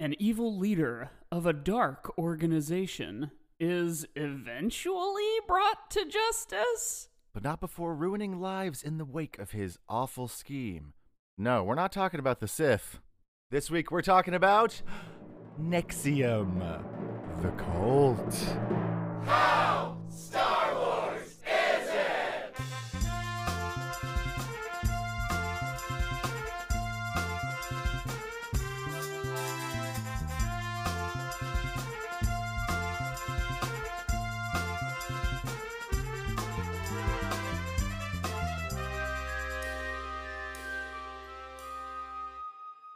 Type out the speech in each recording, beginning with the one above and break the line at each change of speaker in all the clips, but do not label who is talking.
an evil leader of a dark organization is eventually brought to justice?
but not before ruining lives in the wake of his awful scheme. No, we're not talking about the Sith. This week we're talking about Nexium, the cult.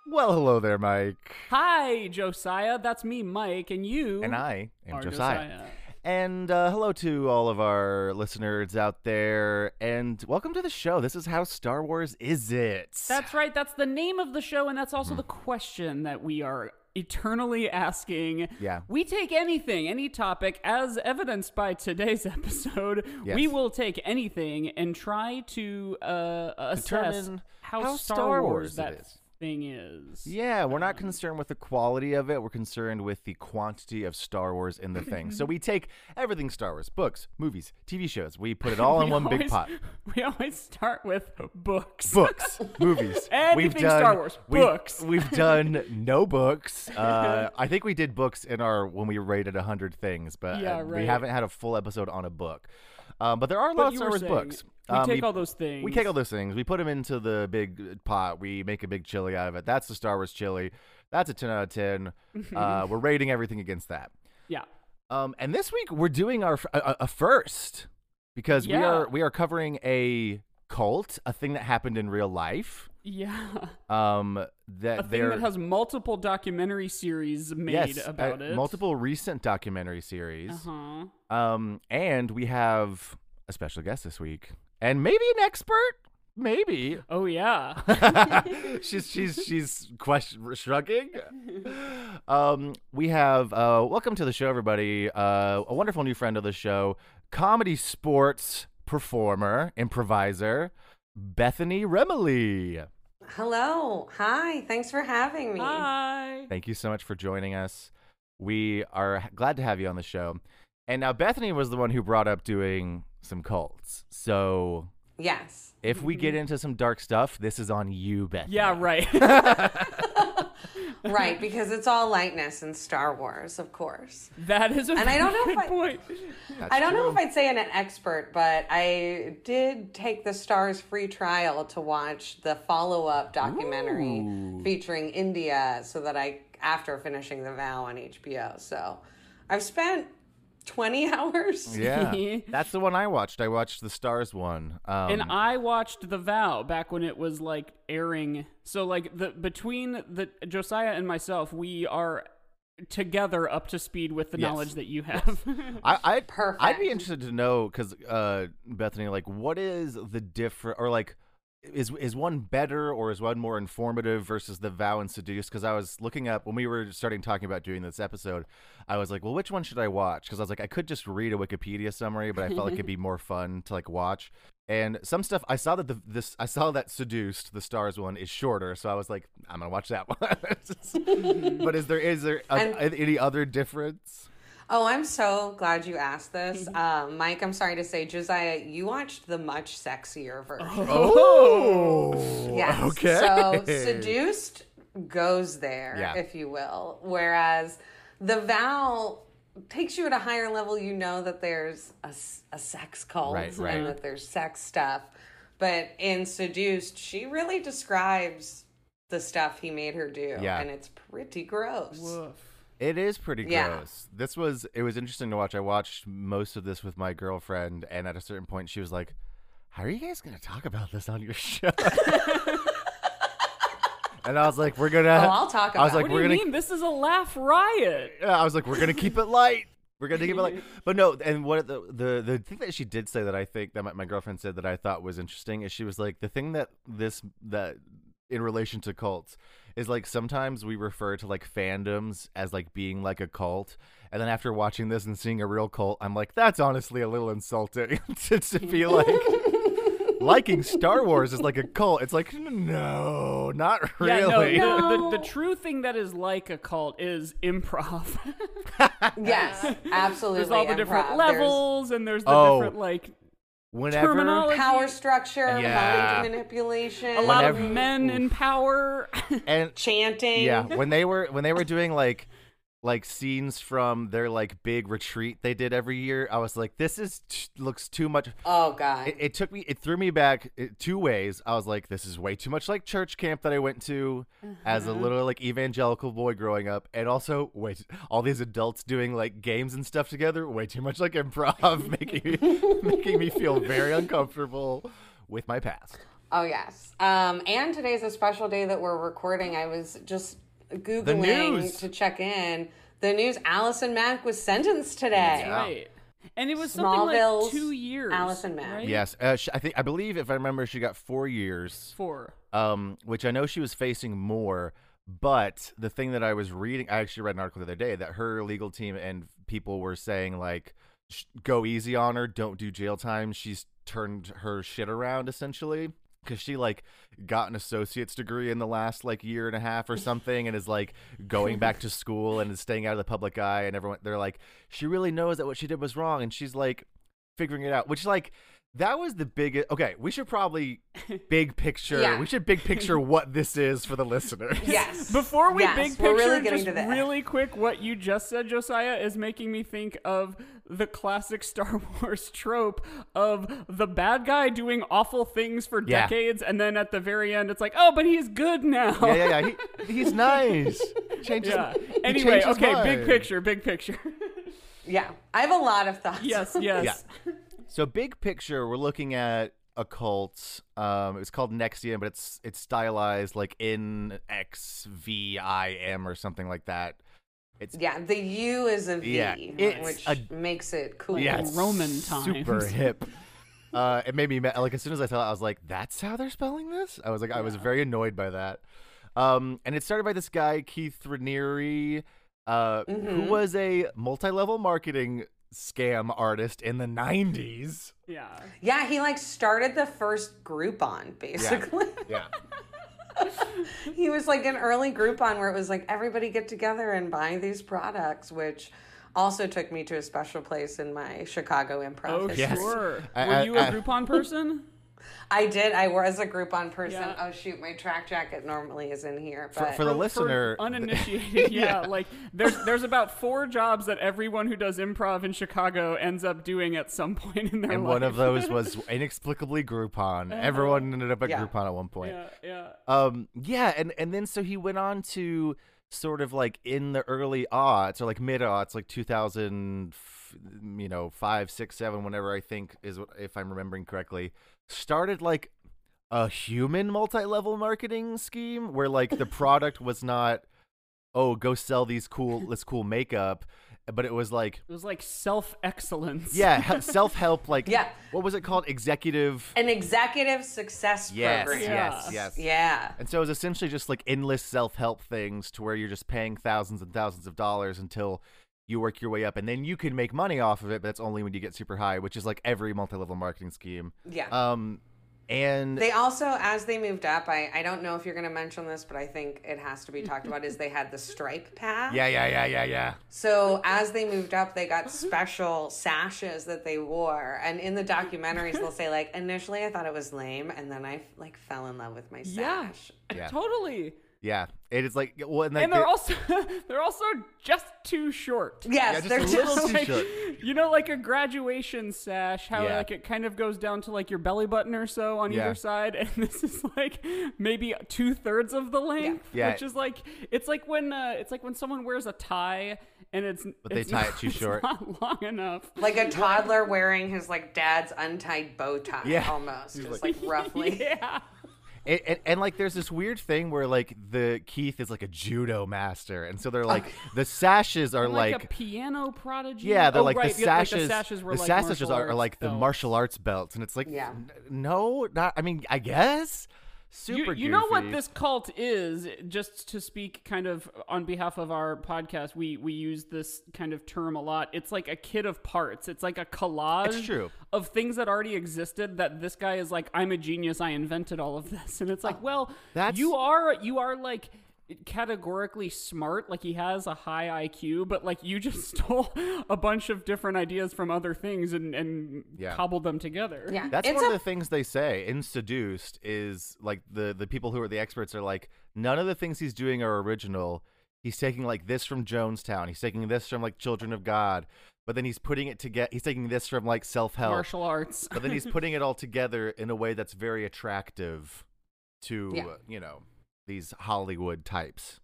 Well, hello there, Mike.
Hi, Josiah. That's me, Mike, and you.
And I am
Are
Josiah.
Josiah.
And uh, hello to all of our listeners out there. And welcome to the show. This is how Star Wars is it.
That's right. That's the name of the show, and that's also
Hmm.
the question that we are eternally asking.
Yeah.
We take anything, any topic, as evidenced by today's episode. We
Yes.
will take anything and try to uh, assess
Determine
how,
how
Star,
Star
Wars,
Wars it
that
is.
thing is.
Yeah, we're
Um,
not concerned with the quality of it. We're concerned with the quantity of Star Wars in the thing. so we take everything Star Wars books, movies, TV shows. We put it all in
We
one big
always-
pot.
We always start with books.
Books, movies. we've
Anything
done
Star Wars,
we've-
books.
We've, done no books. Uh, I think we did books in our when we rated hundred things, but uh,
Yeah,
we
right.
haven't had a full episode on a book. Um, but there are a lot
But
of
you
Star
were
Wars
saying,
books.
We
Um,
take all those things.
we take all those things. We put them into the big uh, pot. We make a big chili out of it. That's the Star Wars chili. That's a 10 out of 10. uh, we're rating everything against that.
Yeah.
Um, and this week we're doing our f- a, a- a first because we
Yeah.
are we are covering a cult, a thing that happened in real life.
Yeah.
Um, that
a
they're
thing that has multiple documentary series made
yes, uh,
about it.
multiple recent documentary series.
Uh-huh.
Um, and we have a special guest this week, and maybe an expert, maybe.
Oh yeah.
she's she's she's question shrugging. Um, we have uh, welcome to the show, everybody. Uh, a wonderful new friend of the show, comedy sports performer, improviser, Bethany Remily.
Hello. Hi. Thanks for having me.
Hi.
Thank you so much for joining us. We are h- glad to have you on the show. And now Bethany was the one who brought up doing some cults. So
Yes.
if we get into some dark stuff, this is on you, Bethany.
Yeah, right.
Right, because it's all lightness in Star Wars, of course.
that is a
And I don't know
good
if I-
point.
I don't know if I'd say I'm an expert, but I did take the Stars free trial to watch the follow up documentary featuring India so that I, after finishing The Vow on HBO. So I've spent 20 hours.
Yeah, that's the one I watched. I watched the Stars one. Um,
and I watched The Vow back when it was like airing. So like the between the Josiah and myself, we are together up to speed with the
Yes.
knowledge that you have.
I, I'd, I'd
Perfect.
be interested to know because uh, Bethany, like, what is the different or like. Is is one better or is one more informative versus the vow and seduce? Because I was looking up when we were starting talking about doing this episode, I was like, well, which one should I watch? Because I was like, I could just read a Wikipedia summary, but I felt like it'd be more fun to like watch. And some stuff I saw that the this I saw that seduced the stars one is shorter, so I was like, I'm gonna watch that one. but is there is there a,
And-
any other difference?
Oh, I'm so glad you asked this. Um, Mike, I'm sorry to say, Josiah, you watched the much sexier version.
Oh,
Yes.
Okay.
So seduced goes there,
Yeah.
if you will. Whereas the vow takes you at a higher level. You know that there's a, s- a sex cult
Right, right.
and that there's sex stuff. But in seduced, she really describes the stuff he made her do,
Yeah.
and it's pretty gross.
It is pretty gross.
Yeah.
This was it was interesting to watch. I watched most of this with my girlfriend, and at a certain point, she was like, "How are you guys going to talk about this on your show?" and I was like, "We're gonna."
Oh, I'll talk
I was like,
about
what do
"We're
you
gonna."
mean? This is a laugh riot.
I was like, "We're gonna keep it light." We're gonna keep it light. But no, and what the the the thing that she did say that I think that my, my girlfriend said that I thought was interesting is she was like the thing that this that in relation to cults is like sometimes we refer to like fandoms as like being like a cult and then after watching this and seeing a real cult i'm like that's honestly a little insulting to, to be like liking Star Wars is like a cult. It's like no, not really.
Yeah, no, the-
No.
The, the, true thing that is like a cult is improv.
Yes, absolutely.
there's all the different
improv. There's
levels, and there's the
Oh.
different like
Whenever
Terminology.
power structure,
Yeah.
mind manipulation,
a lot
Whenever-
of men in power.
and
chanting.
yeah, when they were when they were doing like like scenes from their like big retreat they did every year, I was like, this is t- looks too much.
Oh god.
It, it took me, it threw me back uh, two ways. I was like, this is way too much like church camp that I went to as a little like evangelical boy growing up, and also wait, all these adults doing like games and stuff together, way too much like improv, making me, making me feel very uncomfortable with my past.
Oh yes. Um, and today's a special day that we're recording. I was just googling
news.
to check in. The news: Allison Mack was sentenced today.
Right. And it was something like
Smallville's
two years.
Allison Mack.
right?
Yes, uh, sh I think I believe if I remember, she got four years.
Four.
um, which I know she was facing more. But the thing that I was reading, I actually read an article the other day that her legal team and people were saying like, "Sh- go easy on her, don't do jail time. She's turned her shit around essentially because she like got an associate's degree in the last like year and a half or something and is like going back to school and is staying out of the public eye and everyone they're like she really knows that what she did was wrong and she's like figuring it out which like that was the biggest okay we should probably big picture
Yeah.
we should big picture what this is for the listeners
Yes.
Before we
Yes,
big picture,
we're really getting
just
to that.
really quick, what you just said, Josiah, is making me think of the classic Star Wars trope of the bad guy doing awful things for
Yeah.
decades, and then at the very end, it's like, oh, but he's good now.
yeah yeah yeah he, he's nice changes
Yeah.
he
Anyway,
changed his
okay,
mind.
big picture, big picture.
Yeah. I have a lot of thoughts.
yes,
Yeah.
yes.
So big picture, we're looking at a cult. Um, it's called Nexium, but it's it's stylized like N X V I M or something like that. It's
Yeah, the U is a V,
Yeah, it's
which
a-
makes it cool.
yeah, it's
Roman times.
super hip. Uh, it made me ma- like as soon as I saw it, I was like, "That's how they're spelling this." I was like, I was very annoyed by that. Um, and it started by this guy Keith Raniere, uh, who was a multi-level marketing scam artist in the '90s.
Yeah.
Yeah, he like started the first Groupon basically.
Yeah.
he was like an early Groupon where it was like everybody get together and buy these products, which also took me to a special place in my Chicago improv.
Oh,
history.
Yes.
sure.
I-
Were
I-
you a
I-
Groupon person?
I did. I was a Groupon person.
Yeah.
Oh shoot, my track jacket normally is in here,
For,
but
for the listener,
for uninitiated, yeah,
Yeah.
Like there's there's about four jobs that everyone who does improv in Chicago ends up doing at some point in their
and
life.
one of those was inexplicably Groupon. Everyone ended up at
Yeah.
Groupon at one point.
yeah, yeah.
Um, yeah, and and then so he went on to sort of like in the early aughts or like mid aughts, like two thousand, you know, five, six, seven, whenever I think is what- if I'm remembering correctly, started like a human multi-level marketing scheme where like the product was not oh go sell these cool this cool makeup but it was like
It was like self excellence.
Yeah, self help. Like,
Yeah.
what was it called? Executive.
an executive success
Yes,
program.
yes,
Yeah.
yes.
Yeah.
And so it was essentially just like endless self help things to where you're just paying thousands and thousands of dollars until you work your way up. And then you can make money off of it, but that's only when you get super high, which is like every multi level marketing scheme.
Yeah.
Um, and
They also, as they moved up, I, I don't know if you're going to mention this, but I think it has to be talked about, is they had the stripe path.
yeah, yeah, yeah, yeah, yeah.
So as they moved up, they got special sashes that they wore. And in the documentaries, they'll say, like, initially I thought it was lame, and then I, like, fell in love with my
yeah,
sash.
Yeah.
totally.
Yeah. It is like, well, and, like,
And they're
the-
also they're also just too short.
Yes,
Yeah, just
they're
a
just
little too
like-
short.
You know, like a graduation sash, how
Yeah.
like it kind of goes down to like your belly button or so on
Yeah.
either side, and this is like maybe two thirds of the length,
Yeah.
which is like it's like when uh, it's like when someone wears a tie and it's but
they tie it too short.
not long enough.
Like a toddler wearing his, like, dad's untied bow tie,
Yeah.
almost.
like-
Just, like, roughly.
yeah,
and, and, and like there's this weird thing where like the Keith is like a judo master. And so they're like, the sashes are
like,
like
a piano prodigy.
Yeah, they're
Oh,
like,
right,
the
yeah, like the
sashes,
sashes were
the
like
sashes
martial
are, are
arts
like the
belts.
martial arts belts, and it's like,
Yeah.
n- no, not. I mean, I guess
You,
Super
you know what
goofy.
this cult is? Just to speak kind of on behalf of our podcast, we we use this kind of term a lot. It's like a kit of parts. It's like a collage
It's true.
of things that already existed that this guy is like, I'm a genius, I invented all of this. And it's like, well,
that's-
you are you are like categorically smart like he has a high IQ but like you just stole a bunch of different ideas from other things and and
Yeah.
cobbled them together.
Yeah.
That's
it's
one
a
of the things they say in Seduced is like the the people who are the experts are like none of the things he's doing are original. He's taking like this from Jonestown. He's taking this from like Children of God, but then he's putting it together. He's taking this from like self help,
Martial arts.
but then he's putting it all together in a way that's very attractive to
Yeah.
uh, you know these Hollywood types.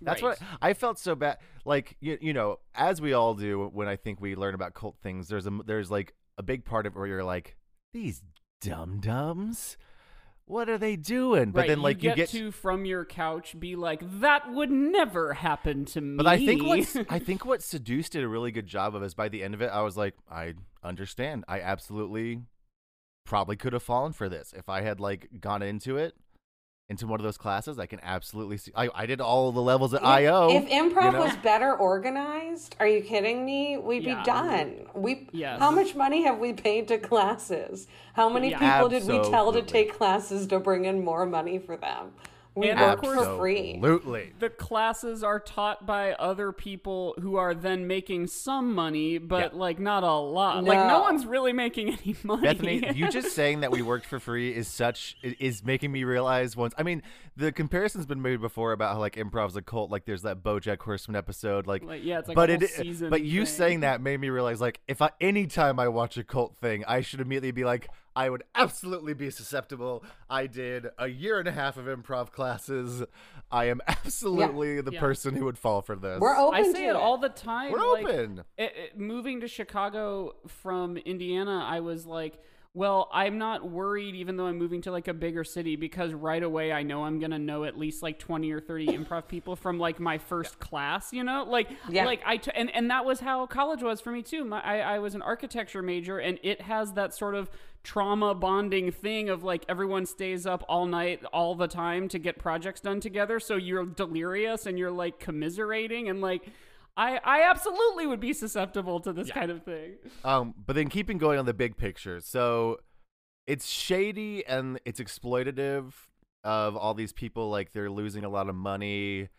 That's
Right.
what I felt so bad. Like you, you know, as we all do when I think we learn about cult things, there's a there's like a big part of it where you're like, these dum dums, what are they doing? But
right,
then like
you get,
you get,
to from your couch be like that would never happen to me.
but I think what I think what seduced did a really good job of is by the end of it, I was like, I understand. I absolutely probably could have fallen for this if I had like gone into it. Into one of those classes, I can absolutely see. I, I did all the levels at IO.
If improv
you know?
was better organized, are you kidding me? We'd
Yeah.
be done. We
Yes.
how much money have we paid to classes? How many
Yeah.
people did we tell to
Absolutely.
take classes to bring in more money for them? We
And
work
of
for free.
Absolutely.
the classes are taught by other people who are then making some money, but like not a lot. Like no
No.
one's really making any money.
Bethany, you just saying that we worked for free is such i- is making me realize once. I mean, the comparison's been made before about how like improv's a cult. Like there's that BoJack Horseman episode. Like,
Like, yeah, it's like
but
a whole
it
season
but you
thing.
saying that made me realize like if I anytime I watch a cult thing, I should immediately be like I would absolutely be susceptible. I did a year and a half of improv classes. I am absolutely the
Yeah.
person who would fall for this.
We're open
I
to
say it all the time.
We're
like,
open.
it- it- Eh, moving to Chicago from Indiana, I was like, well, I'm not worried, even though I'm moving to like a bigger city, because right away I know I'm gonna know at least like 20 or 30 improv people from like my first class, you know, like
Yeah.
like I t- and and that was how college was for me too. My, I I was an architecture major, and it has that sort of trauma bonding thing of like everyone stays up all night all the time to get projects done together so you're delirious and you're like commiserating and like I, I absolutely would be susceptible to this kind of thing.
Um, but then keeping going on the big picture. So it's shady and it's exploitative of all these people. Like they're losing a lot of money.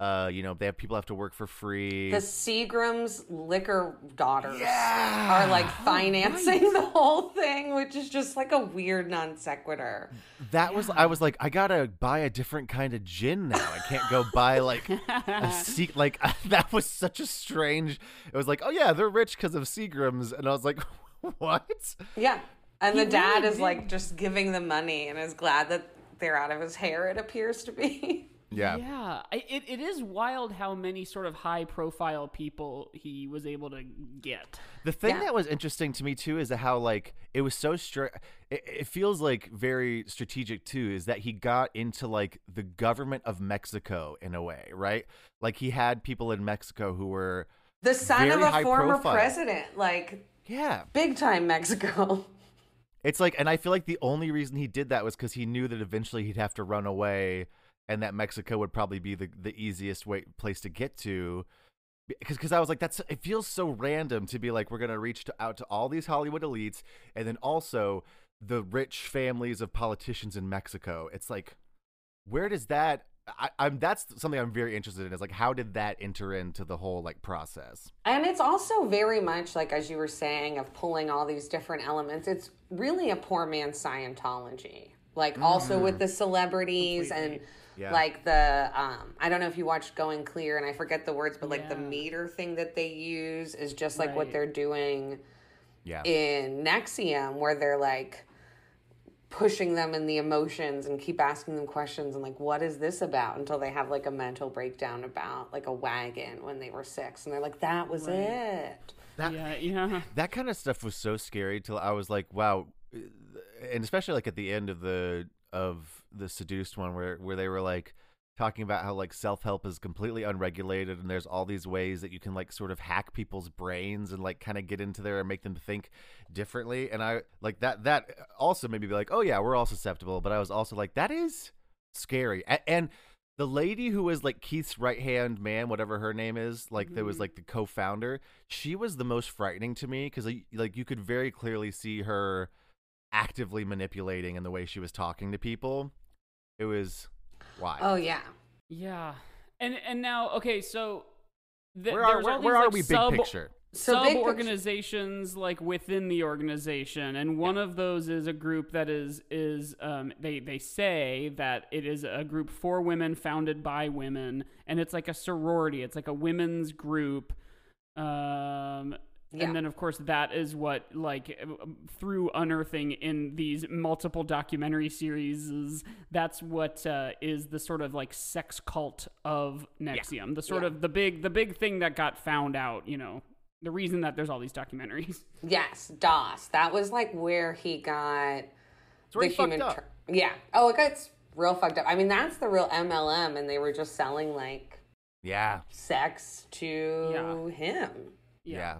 Uh, you know, they have people have to work for free.
the Seagram's liquor daughters
Yeah.
are like
Oh,
financing the whole thing, which is just like a weird non sequitur.
that was I was like, I gotta buy a different kind of gin now. I can't go buy like a sea. Like that was such a strange. It was like, oh yeah, they're rich because of Seagrams, and I was like, what?
Yeah. And the dad
really
is like just giving them money and is glad that they're out of his hair, it appears to be.
Yeah.
Yeah, I, it, it is wild how many sort of high profile people he was able to get.
The thing
Yeah.
that was interesting to me too is how like it was so str It, it feels like very strategic too. Is that he got into like the government of Mexico in a way, right? Like he had people in Mexico who were
The son
Very
of
high
a former
profile.
president, like
yeah.
big time Mexico.
It's like, and I feel like the only reason he did that was because he knew that eventually he'd have to run away, and that Mexico would probably be the the easiest way place to get to. Because because I was like, that's it feels so random to be like, we're gonna reach to, out to all these Hollywood elites, and then also the rich families of politicians in Mexico. It's like, where does that? I, I'm that's something I'm very interested in. Is like, how did that enter into the whole like process?
And it's also very much like, as you were saying, of pulling all these different elements. It's really a poor man's Scientology. Like, also with the celebrities and
Mm. Yeah.
like the, um, I don't know if you watched Going Clear, and I forget the words, but like the meter thing that they use is just like what
Right.
they're doing
Yeah,
in Nexium, where they're like pushing them in the emotions and keep asking them questions and like, what is this about? Until they have like a mental breakdown about like a wagon when they were six, and they're like, that was it.
that
Yeah, yeah.
that kind of stuff was so scary till I was like, wow, and especially like at the end of the of the seduced one where where they were like, talking about how like self-help is completely unregulated and there's all these ways that you can like sort of hack people's brains and like kind of get into there and make them think differently and i like that that also made me be like oh yeah we're all susceptible but i was also like that is scary A- and the lady who was like keith's right hand man whatever her name is like that was like the co-founder she was the most frightening to me because like you could very clearly see her actively manipulating in the way she was talking to people it was why
Oh yeah.
Yeah. And and now okay, so th-
where are,
there's
where,
all these,
where are
like,
we big
sub-
picture
So
sub
big picture-
organizations like within the organization and one of those is a group that is is um they they say that it is a group for women founded by women and it's like a sorority it's like a women's group um
Yeah.
and then of course that is what like through unearthing in these multiple documentary series that's what uh, is the sort of like sex cult of nexium the sort
Yeah.
of the big the big thing that got found out you know the reason that there's all these documentaries
Yes, DOS. That was like where he got
It's where
the
he fucked
human.
up.
tra- yeah. Oh, it gets real fucked up. I mean, that's the real MLM, and they were just selling like
yeah
sex to him.
Yeah.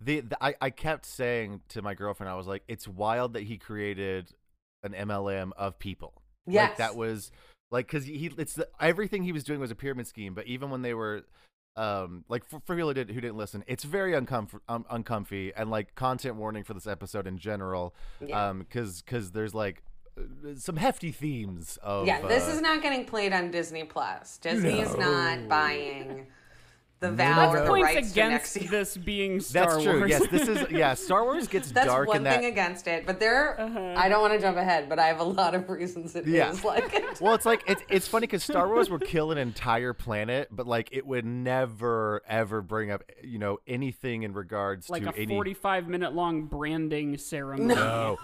The, the I, I kept saying to my girlfriend, I was like, it's wild that he created an MLM of people.
Yes.
Like that was like cuz he it's the, everything he was doing was a pyramid scheme, but even when they were um like for, for people who, did, who didn't listen, it's very uncomfort um, uncomfy and like content warning for this episode in general.
Yeah.
Um cuz cuz there's like uh, some hefty themes of
yeah, this
uh,
is not getting played on Disney Plus. Disney is not buying the vow
no.
or the
points
rights
against
to Nexium.
this being star
that's true.
wars
Yes, this is yeah. Star Wars gets
That's
dark
one
in that. Uh-huh.
thing against it, but there. I don't want to jump ahead, but I have a lot of reasons it is
Yeah.
like.
Well, it's like it's it's funny because Star Wars would kill an entire planet, but like it would never ever bring up you know anything in regards
like
to
a
any
45 minute long branding ceremony
no.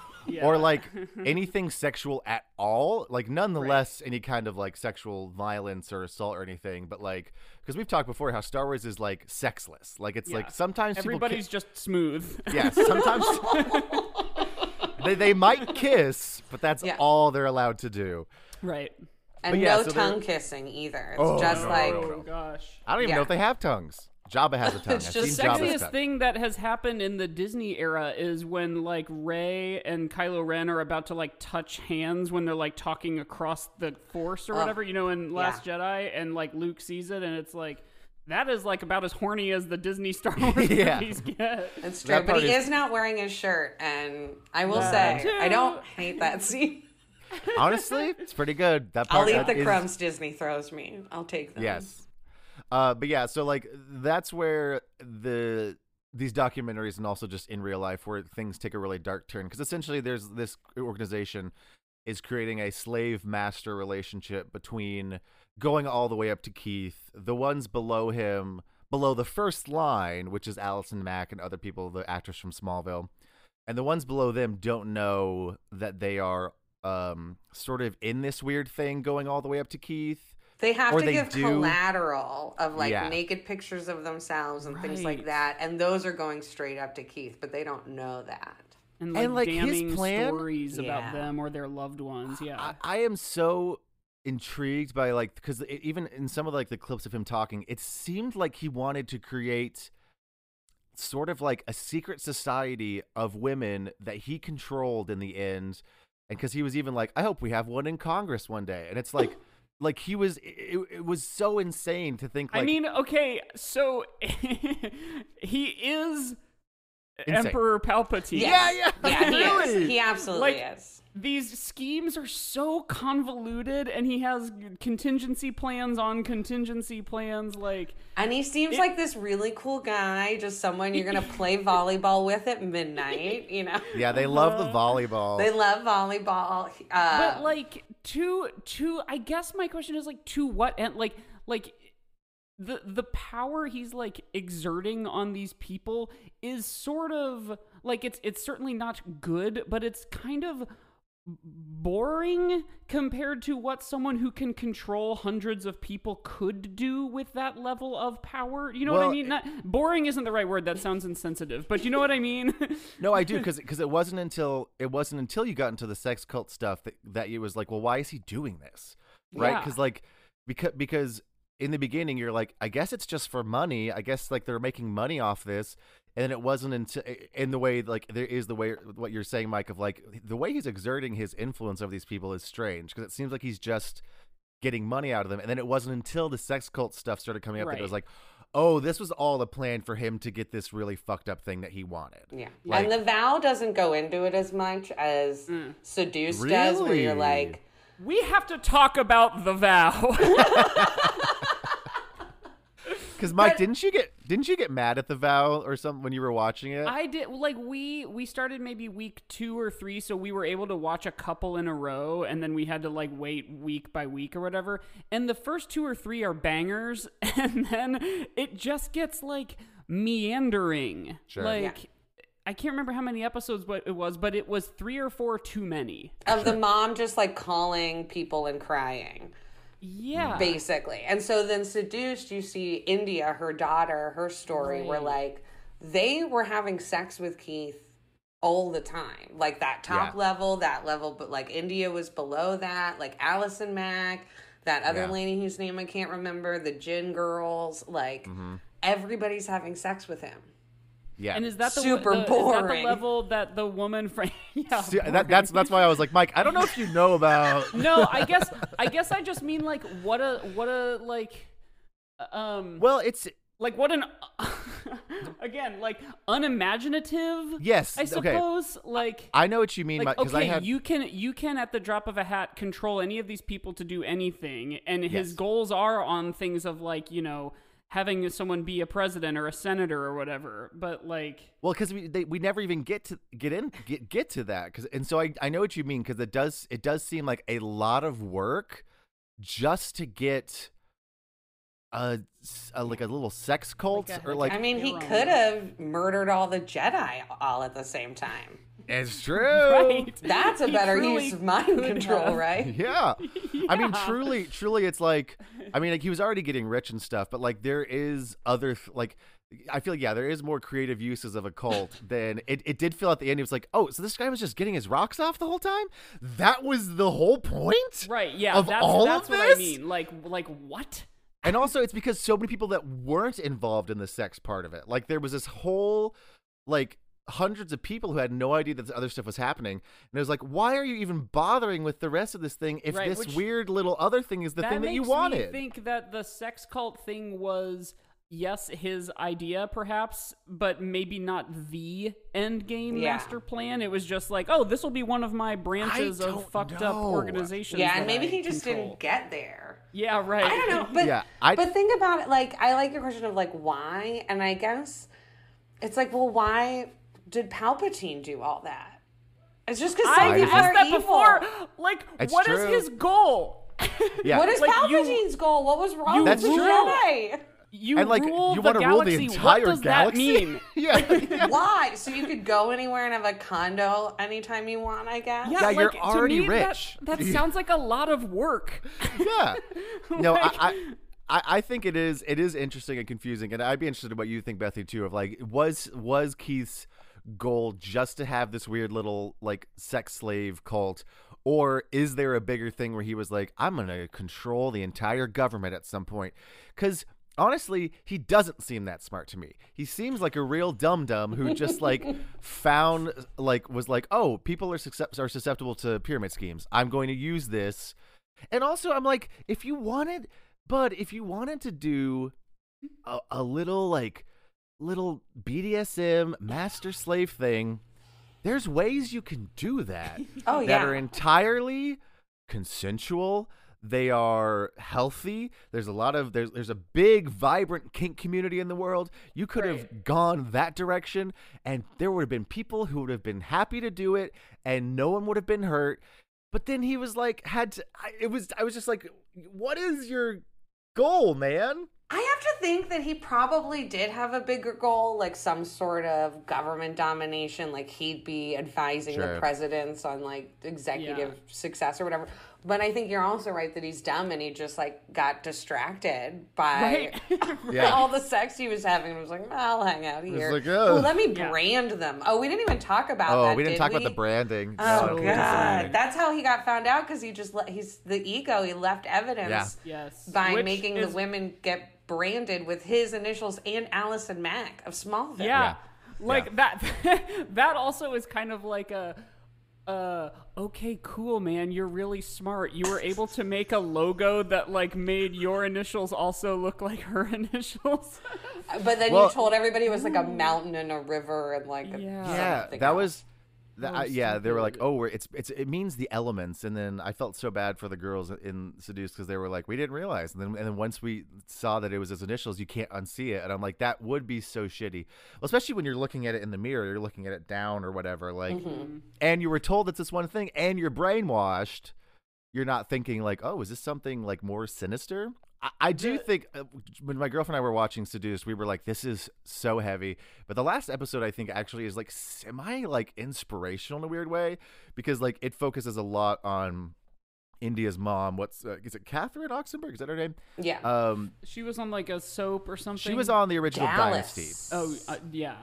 Or like anything sexual at all, like nonetheless any kind of like sexual violence or assault or anything, but like because we've talked before how Star Wars is like sexless, like it's
Yeah.
like sometimes people ki-
everybody's just smooth
yeah sometimes they they might kiss, but that's
Yeah.
all they're allowed to do.
right
And
yeah,
no
so they're-
tongue kissing either. It's just
no,
like
no,
oh gosh
I don't even know
Yeah.
if they have tongues. Jabba has a tongue.
It's
I've
just
seen Jabba's
sexiest
sexiest
tongue.
thing that has happened in the Disney era is when like Ray and Kylo Ren are about to like touch hands when they're like talking across the force or whatever, you know, in Last Jedi and like Luke sees it and it's like that is like about as horny as the Disney Star Wars
Yeah.
movies get.
it's
That
true. But
part
he
is-
is not wearing his shirt, and I will say
too.
I don't hate that scene.
Honestly, it's pretty good. That
I'll
part
eat the
is-
crumbs Disney throws me. I'll take them.
Yes. Uh, but yeah, so like that's where the these documentaries and also just in real life where things take a really dark turn because essentially there's this organization is creating a slave master relationship between going all the way up to Keith, the ones below him, below the first line, which is Allison Mack and other people, the actors from Smallville, and the ones below them don't know that they are um, sort of in this weird thing going all the way up to Keith.
They have
Or
to
they
give
do-
collateral of like
Yeah.
naked pictures of themselves and things like
Right.
that, and those are going straight up to Keith, but they don't know that.
And like,
And, like, his
damning
plan-
stories about
Yeah.
them or their loved ones. Yeah.
I, I am so intrigued by like because even in some of like the clips of him talking, it seemed like he wanted to create sort of like a secret society of women that he controlled in the end, and because he was even like, I hope we have one in Congress one day, and it's like. Like he was, it, it was so insane to think. Like,
I mean, okay, so he is
Insane.
Emperor Palpatine.
yeah, yeah,
Yeah, he
really.
is. He absolutely
Like-
is.
these schemes are so convoluted and he has contingency plans on contingency plans like
And he seems like this really cool guy, just someone you're gonna play volleyball with at midnight, you know?
yeah, they love the volleyball.
They love volleyball.
but
Uh,
like to to i guess my question is like to what end like like the the power he's like exerting on these people is sort of like it's it's certainly not good but it's kind of boring compared to what someone who can control hundreds of people could do with that level of power. You know what I
Well,
mean? Not, boring isn't the right word. That sounds insensitive, but you know what I mean?
No, I do because it wasn't until it wasn't until you got into the sex cult stuff that that it was like, well, why is he doing this, right?
Yeah.
Because like because because in the beginning you're like i guess it's just for money i guess like they're making money off this and it wasn't until in the way like there is the way what you're saying mike of like the way he's exerting his influence over these people is strange because it seems like he's just getting money out of them and then it wasn't until the sex cult stuff started coming up that
Right.
it was like oh this was all a plan for him to get this really fucked up thing that he wanted
Yeah.
Like- Mm.
and the vow doesn't go into it as much as seduced does, where you're
Really?
like,
We have to talk about the vow.
because mike didn't you get didn't you get mad at the vow or something when you were watching it
I did like we we started maybe week 2 or 3 so we were able to watch a couple in a row and then we had to like wait week by week or whatever. And the first 2 or 3 are bangers and then it just gets like meandering.
Sure.
Like
Yeah.
I can't remember how many episodes but it was, but it was 3 or 4 too many.
of the mom just like calling people and crying.
Yeah.
basically. And so then seduced, you see India, her daughter, her story, where like they were having sex with Keith all the time, like that top
Yeah.
level, that level, but like India was below that, like Allison Mack, that other
Yeah.
lady whose name I can't remember, the Gin Girls, like
Mm-hmm.
everybody's having sex with him.
yeah
And is that the
Super
the, is that the
boring.
level that the woman from yeah,
See, that, that's that's why I was like, Mike, I don't know if you know about.
No, I guess I guess I just mean like what a what a like um
Well, it's
like what an again like unimaginative
Yes,
I
okay.
suppose like
I know what you mean
like
because
okay
I had
you can you can at the drop of a hat control any of these people to do anything and his
Yes.
goals are on things of like you know having someone be a president or a senator or whatever but like
well because we they, we never even get to get in get get to that 'Cause- and so I I know what you mean because it does it does seem like a lot of work just to get a, s- a- like a little sex cult or like
I mean, he
You're wrong.
could have murdered all the Jedi all at the same time.
it's true
right
That's a
He
better
truly
use of mind
could
control,
have.
right?
yeah. I mean,
Yeah.
truly, truly, it's like, I mean, like he was already getting rich and stuff, but like there is other, th- like, I feel like, yeah, there is more creative uses of a cult than it, it did feel at the end. It was like, oh, so this guy was just getting his rocks off the whole time? That was the whole point?
right yeah
Of
that's
all
that's
of
what
this?
i mean like like what
And also, it's because so many people that weren't involved in the sex part of it. Like, there was this whole, like, hundreds of people who had no idea that this other stuff was happening. And it was like, why are you even bothering with the rest of this thing if
Right,
this
which-
weird little other thing is the thing that you
makes
wanted?
Me think that the sex cult thing was yes his idea perhaps, but maybe not the end game
Yeah.
master plan. It was just like, oh, this will be one of my branches of
don't
fucked up
know.
organizations.
Yeah,
that
and maybe
I
he just
control.
didn't get there.
Yeah, right.
I don't know, but
Yeah, I-
but think about it. Like, I like your question of like why, and I guess it's like, well, why did Palpatine do all that? It's just because some
I
people are
asked that
evil.
before. Like, what is
It's true.
his goal?
Yeah.
What is
Like, you-
Palpatine's goal? What was wrong
That's
with the
true.
Jedi?
You
and like
rule
you
the
want to rule the
galaxy.
entire
what does
galaxy?
that mean?
yeah, yeah.
Why? So you could go anywhere and have a condo anytime you want. I guess.
Yeah,
Yeah,
like,
you're
to
already
me, that-
rich.
That, sounds like a lot of work.
yeah. No, I, I, I, I think it is. It is interesting and confusing, and I'd be interested in what you think, Bethany, too. Of like, was was Keith's goal just to have this weird little like sex slave cult? Or is there a bigger thing where he was like, I'm going to control the entire government at some point? Because honestly, he doesn't seem that smart to me. He seems like a real dum dum who just like found, like, was like, oh, people are, suscept- are susceptible to pyramid schemes. I'm going to use this and also, I'm like, if you wanted, but if you wanted to do a, a little like little BDSM master slave thing, there's ways you can do that
Oh
that
yeah.
are entirely consensual. They are healthy. There's a lot of there's there's a big vibrant kink community in the world. You could have gone that direction and there would have been people who would have been happy to do it and no one would have been hurt. But then he was like had to I, it was I was just like what is your goal, man?
I have to think that he probably did have a bigger goal, like some sort of government domination, like he'd be advising the
Sure.
presidents on like executive success or whatever. But I think you're also right that he's dumb and he just like got distracted by
Yeah.
all the sex he was having and was like, I'll hang out here.
like,
oh,
"Ugh."
let me brand them. Oh, we didn't even talk about
Oh,
that.
we didn't
did
talk
we?
about the branding.
Oh
So
god,
disappointing.
that's how he got found out because he just let he's the ego. He left evidence
Yes.
by
Which
making
is-
the women get branded with his initials and Allison Mack of Smallville.
Yeah.
Yeah.
Like that that also is kind of like a uh okay cool man you're really smart you were able to make a logo that like made your initials also look like her initials
but then
Well-
you told everybody it was like a mountain and a river and like a-
Yeah.
yeah,
something
that
else.
was. That, I, yeah, they were like, "Oh, we're, it's it's it means the elements," and then I felt so bad for the girls in Seduced because they were like, "We didn't realize," and then and then once we saw that it was his initials, you can't unsee it, and I'm like, "That would be so shitty," well, especially when you're looking at it in the mirror, you're looking at it down or whatever, like, and you were told it's this one thing, and you're brainwashed, you're not thinking like, "Oh, is this something like more sinister?" I, I do think uh, when my girlfriend and I were watching Seduced, we were like, "This is so heavy." But the last episode, I think, actually is like semi like inspirational in a weird way because like it focuses a lot on India's mom. What's uh, is it? Catherine Oxenberg? Is that her name?
yeah.
Um,
she was on like a soap or something
she was on the original
Dallas.
Dynasty
oh uh, yeah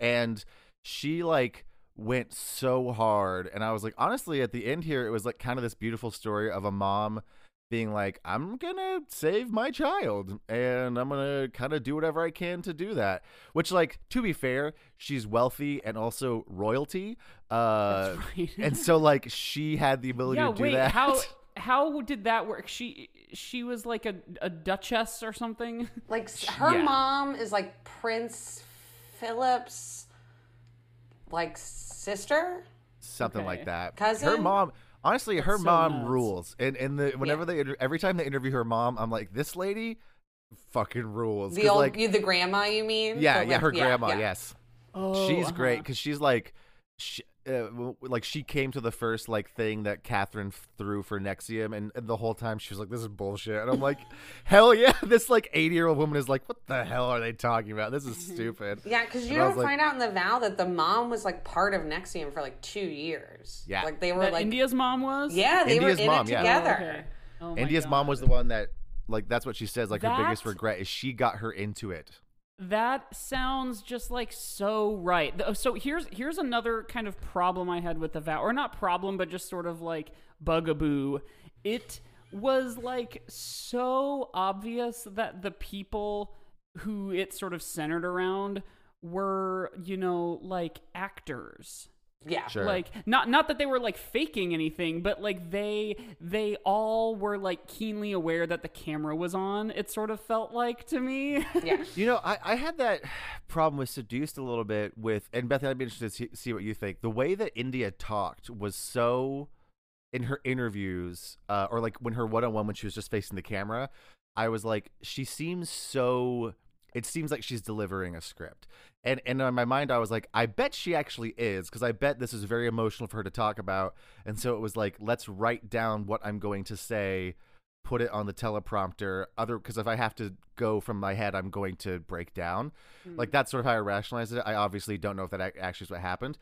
and she like went so hard and i was like honestly at the end here it was like kind of this beautiful story of a mom being like i'm gonna save my child and i'm gonna kind of do whatever i can to do that which like to be fair she's wealthy and also royalty uh
right.
and so like she had the ability
yeah
to do
wait
that
how how did that work she she was like a, a duchess or something
like s- her
yeah.
mom is like Prince Philip's like sister.
something
Okay.
like that. Her
Cousin?
mom, honestly, her
so
mom
nuts.
rules. And and the whenever
Yeah.
they inter- every time they interview her mom, I'm like, this lady fucking rules.
The
'Cause,
old,
like,
you, the grandma, you mean?
yeah,
The,
yeah,
like-
her grandma,
yeah.
yes,
oh
she's
uh-huh.
great because she's like, she, uh, w- like she came to the first like thing that Catherine f- threw for Nexium, and, and the whole time she was like, this is bullshit, and I'm like, hell yeah, this like 80 year old woman is like, what the hell are they talking about? This is stupid.
Mm-hmm. Yeah, because you
And I was
don't
like-
find out in the vow that the mom was like part of Nexium for like two years.
Yeah.
like they were
that
like,
india's mom was
yeah, they
India's
were in
mom,
it
yeah.
Oh,
together.
okay. Oh my
India's
God.
mom was the one that like that's what she says like her biggest
That-
regret is she got her into it.
That sounds just like so right. Th- So here's here's another kind of problem I had with the vow, or not problem, but just sort of like bugaboo. It was like so obvious that the people who it sort of centered around were, you know, like actors
Yeah,
Sure.
like not not that they were like faking anything but like they they all were like keenly aware that the camera was on it sort of felt like to me
yeah.
You know, I, I had that problem with seduced a little bit with, and Bethany, I'd be interested to see, see what you think. The way that India talked was so in her interviews, uh, or like when her one on one when she was just facing the camera, I was like, she seems so. It seems like she's delivering a script, and and in my mind, I was like, I bet she actually is, because I bet this is very emotional for her to talk about, and so it was like, let's write down what I'm going to say put it on the teleprompter other because if i have to go from my head i'm going to break down
Hmm.
like that's sort of how i rationalized it i obviously don't know if that ac- actually is what happened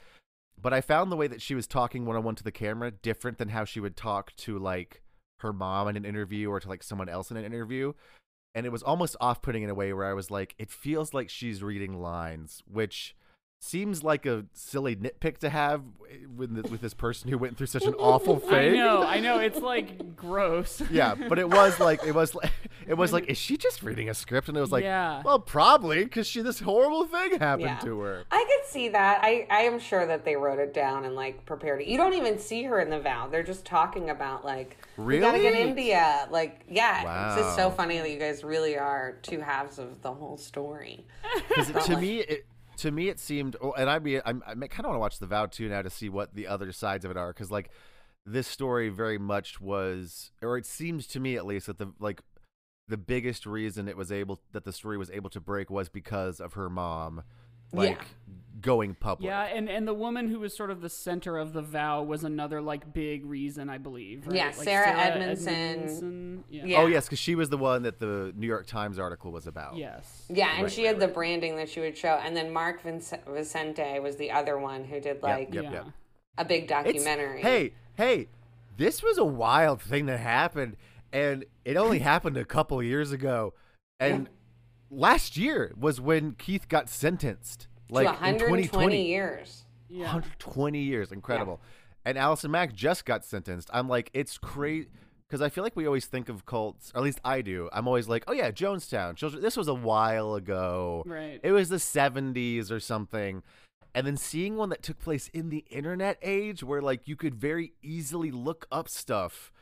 but i found the way that she was talking one-on-one to the camera different than how she would talk to like her mom in an interview or to like someone else in an interview and it was almost off-putting in a way where i was like it feels like she's reading lines which seems like a silly nitpick to have eh, with, with this person who went through such an awful
i
thing
know i know it's like gross
yeah, but it was like it was like it was like is she just reading a script? And it was like,
Yeah.
well, probably because she this horrible thing happened
Yeah.
to her.
I could see that. I, I am sure that they wrote it down and like prepared it. You don't even see her in the vow. They're just talking about like we gotta get
Really?
India. Like yeah, it's just so
Wow.
funny that you guys really are two halves of the whole story.
Because to me, it, to me, it seemed. Oh, and I be I'm, I kind of want to watch the vow too now to see what the other sides of it are. Because like this story very much was, or it seems to me at least that the like the biggest reason it was able that the story was able to break was because of her mom, like going public.
yeah and and the woman who was sort of the center of the vow was another like big reason i believe right?
Yeah,
Like,
Sarah Edmondson.
Edmondson. yeah,
Yeah.
Oh yes, because she was the one that the New York Times article was about.
Oh, yes
Yeah, and
Right,
she had the branding that she would show, and then Mark Vince- Vicente was the other one who did like
Yep,
yeah
yep.
a big
It's-
documentary.
Hey, hey, this was a wild thing that happened, and it only happened a couple years ago. And last year was when Keith got sentenced, like
to
in
120
2020.
years.
Yeah.
120 years, incredible. And Allison Mack just got sentenced. I'm like, it's crazy because I feel like we always think of cults, or at least I do. I'm always like, oh yeah, Jonestown. Children. This was a while ago.
Right.
It was the 70s or something. And then seeing one that took place in the internet age, where like you could very easily look up stuff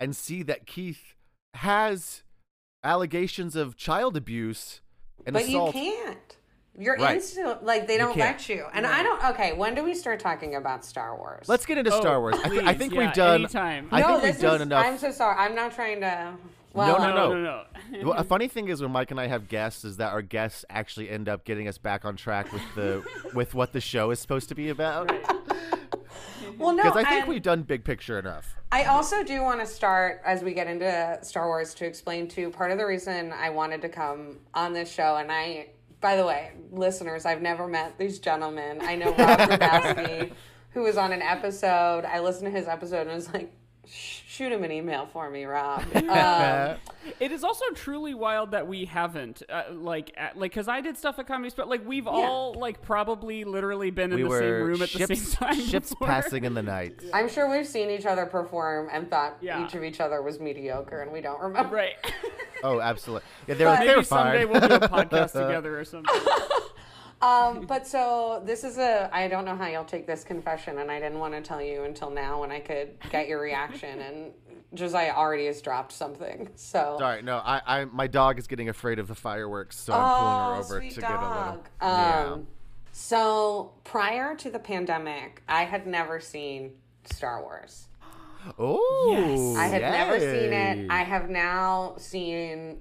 and see that Keith has allegations of child abuse and
But
assault.
you can't. You're
Right.
instant, like, they don't
can't.
let you. And I don't, okay, when do we start talking about Star Wars?
Let's get into
Oh,
Star Wars. I, th- I
please,
think
yeah,
we've done.
anytime.
I
no,
think
this
we've done
is,
enough.
I'm so sorry. I'm not trying to. Well,
no,
No, no, no.
well, a funny thing is when Mike and I have guests is that our guests actually end up getting us back on track with the with what the show is supposed to be about.
Well, no.
Because I think
and-
we've done big picture enough.
I also do want to start as we get into Star Wars to explain too. Part of the reason I wanted to come on this show, and I, by the way, listeners, I've never met these gentlemen. I know Rob Grabowski, who was on an episode. I listened to his episode and was like, "Sh- shoot him an email for me, Rob. Um,
It is also truly wild that we haven't uh, like at, like because I did stuff at Comedy Spot. Like we've all like probably literally been in
We
the
were
same room at
ships,
the same time.
ships
before.
passing in the night.
I'm sure we've seen each other perform and thought
Yeah.
each of each other was mediocre, and we don't remember.
Right.
Oh, absolutely. Yeah, they were
Maybe
Maybe
terrified.
someday we'll do a podcast together or something.
Um, but so this is a I don't know how you'll take this confession, and I didn't want to tell you until now when I could get your reaction. And Josiah already has dropped something, so
Sorry, no. I, I my dog is getting afraid of the fireworks, so I'm pulling her over to get a little.
Oh, Um, So prior to the pandemic, I had never seen Star Wars.
yeah. Oh,
I had never seen
yay.
it. I have now seen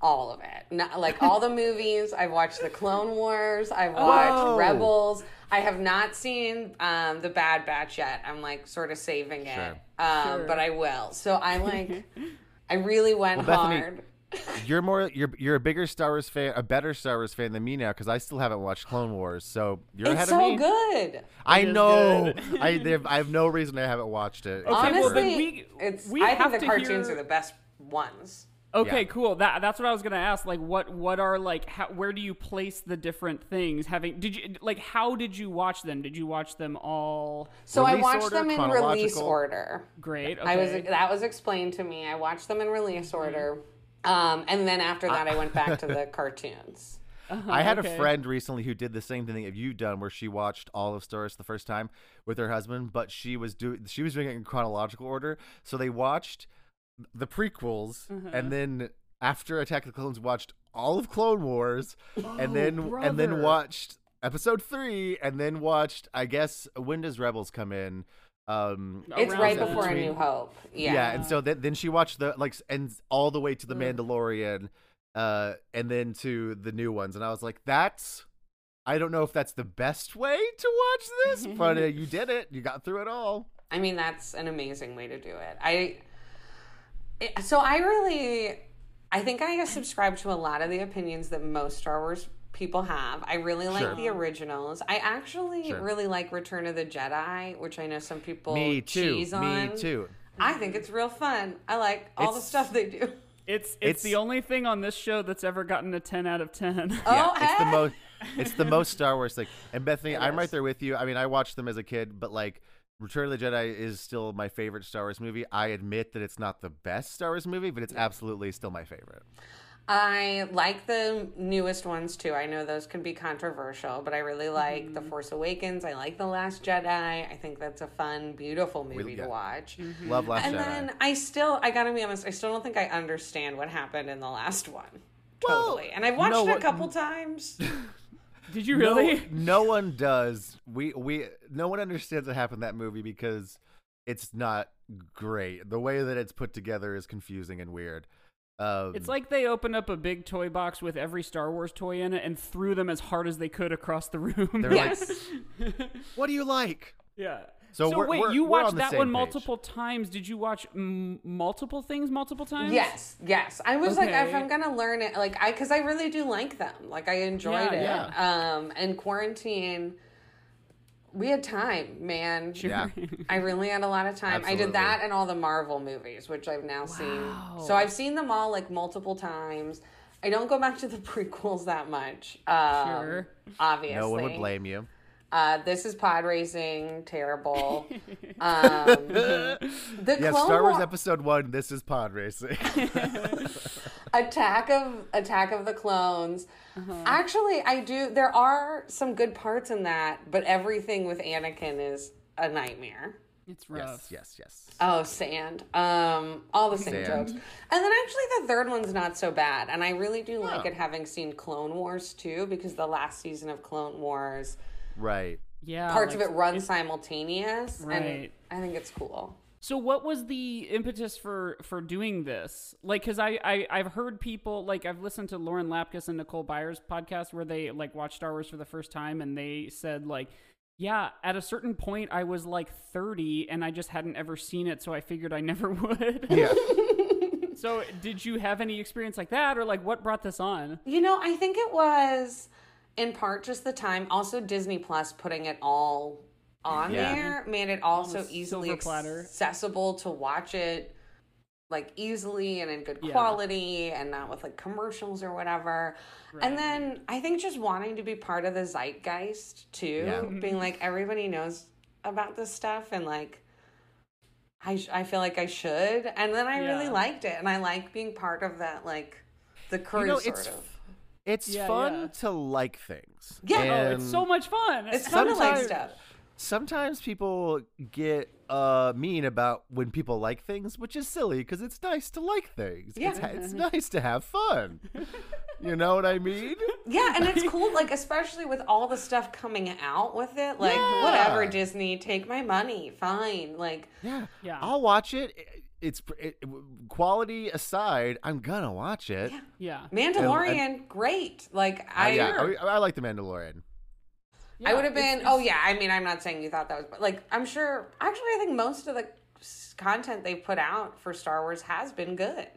all of it. Not, like all the movies. I've watched the Clone Wars. I've watched
Oh.
Rebels. I have not seen um, the Bad Batch yet. I'm like sort of saving it, um, but I will. So I like. I really went
Bethany-
hard.
You're more. You're you're a bigger Star Wars fan, a better Star Wars fan than me now because I still haven't watched Clone Wars. So you're ahead
It's
of
so
me.
good.
I
is
know.
good.
I have, I have no reason I haven't watched it.
Okay, well,
Honestly,
then we-
it's.
we
I
have
think the
to
cartoons
hear-
are the best ones.
Okay,
Yeah.
cool. That that's what I was gonna ask. Like, what what are like how, where do you place the different things? Having did you like how did you watch them? Did you watch them all?
So I
Release
watched
order,
them in release
chronological?
order.
Great. Okay.
I was that was explained to me. I watched them in
Mm-hmm.
release order, um, and then after that, I went back to the cartoons.
I had
Uh-huh, okay.
a friend recently who did the same thing that you've done, where she watched all of Star Wars the first time with her husband, but she was doing she was doing it in chronological order. So they watched the prequels,
Mm-hmm.
and then after Attack of the Clones, watched all of Clone Wars, and then and
Oh,
then
brother.
watched Episode three, and then watched I guess when does Rebels come in? Um,
It's
Around
right
that
before
between-
A New Hope. Yeah. Mm.
yeah. and so then, then she watched the like s- and s- all the way to the mandalorian uh and then to the new ones and i was like that's i don't know if that's the best way to watch this but uh, you did it you got through it all
I mean, that's an amazing way to do it. I it- so I really, I think I subscribe to a lot of the opinions that most Star Wars people have. I really like the originals. I actually really like Return of the Jedi, which I know some people
me too
cheese
me
Oh, on.
too
I think it's real fun. I like all the
It's-
stuff they do.
It's, it's
It's-
the only thing on this show that's ever gotten a ten out of ten.
Oh,
it's the
hey!
most it's the most star wars thing and bethany i'm right
is.
there with you i mean i watched them as a kid but like return of the jedi is still my favorite star wars movie i admit that it's not the best star wars movie but it's absolutely still my favorite
I like the newest ones too. I know those can be controversial, but I really like The Force Awakens. I like The Last Jedi. I think that's a fun, beautiful movie
yeah.
to watch.
love last
Mm-hmm. And
jedi
then I still, I gotta be honest, I still don't think I understand what happened in the last one. totally. And I've watched
no,
it a
what-
couple times.
Did you really?
No, no one does. We we no one understands what happened in that movie because it's not great. The way that it's put together is confusing and weird. Um,
It's like they opened up a big toy box with every Star Wars toy in it and threw them as hard as they could across the room.
they're like, what do you like?
yeah.
So we're-
wait,
we're-
you
we're
watched
on the
that
same
one
page.
multiple times. Did you watch m- multiple things multiple times?
Yes, yes. I was like, if
Okay.
I'm gonna learn it, like I, because I really do like them. Like I enjoyed
Yeah,
it. Um, and quarantine We had time, man.
Sure.
Yeah.
I really had a lot of time. I
Absolutely.
did that and all the Marvel movies, which I've now seen. So I've seen them all like multiple times. I don't go back to the prequels that much. Um,
Sure.
Obviously.
No one would blame you.
Uh, this is pod racing. Terrible. um, the
Yeah,
Clone
Star Wars
War-
Episode One. This is pod racing.
Attack of Attack of the Clones. Actually, I do. There are some good parts in that, but everything with Anakin is a nightmare.
It's rough.
yes, yes, yes.
Oh, sand. Um, all the same
Sand.
jokes. And then actually, the third one's not so bad, and I really do like it having seen Clone Wars too, because the last season of Clone Wars,
Right.
Yeah.
parts
Oh, like-
of it run simultaneous, and
Right.
I think it's cool.
So what was the impetus for for doing this? Like, cause I, I I've heard people like I've listened to Lauren Lapkus and Nicole Byers podcast where they like watched Star Wars for the first time and they said like, yeah, at a certain point I was like 30 and I just hadn't ever seen it, so I figured I never would.
Yeah.
so did you have any experience like that or like what brought this on?
You know, I think it was in part just the time. Also, Disney Plus putting it all on
Yeah.
there made it all so easily
silver platter.
accessible to watch it like easily and in good
Yeah.
quality and not with like commercials or whatever. And then I think just wanting to be part of the zeitgeist too,
Yeah.
Mm-hmm.
being like everybody knows about this stuff and like I sh- I feel like I should. And then I really
Yeah.
liked it and I like being part of that like the crew
know,
sort
it's-
of.
It's
Yeah,
fun
yeah.
to like things.
Yeah.
Oh, it's
And
so much fun.
It's fun to like
Sometimes-
stuff.
Sometimes people get uh, mean about when people like things, which is silly because it's nice to like things. It's,
Yeah.
it's nice to have fun. you know what I mean?
Yeah, and it's cool, like especially with all the stuff coming out with it. Like
Yeah.
whatever, Disney, take my money, fine. Like
Yeah.
Yeah.
I'll watch it. I- It's pr- it, quality aside, I'm gonna watch it.
Yeah.
yeah.
Mandalorian, great. Like
I,
I,
Uh, yeah, I, I like the Mandalorian.
I would have
Yeah, it's-
been. oh yeah, I mean, I'm not saying you thought that was, but like I'm sure. Actually, I think most of the s- content they put out for Star Wars has been good.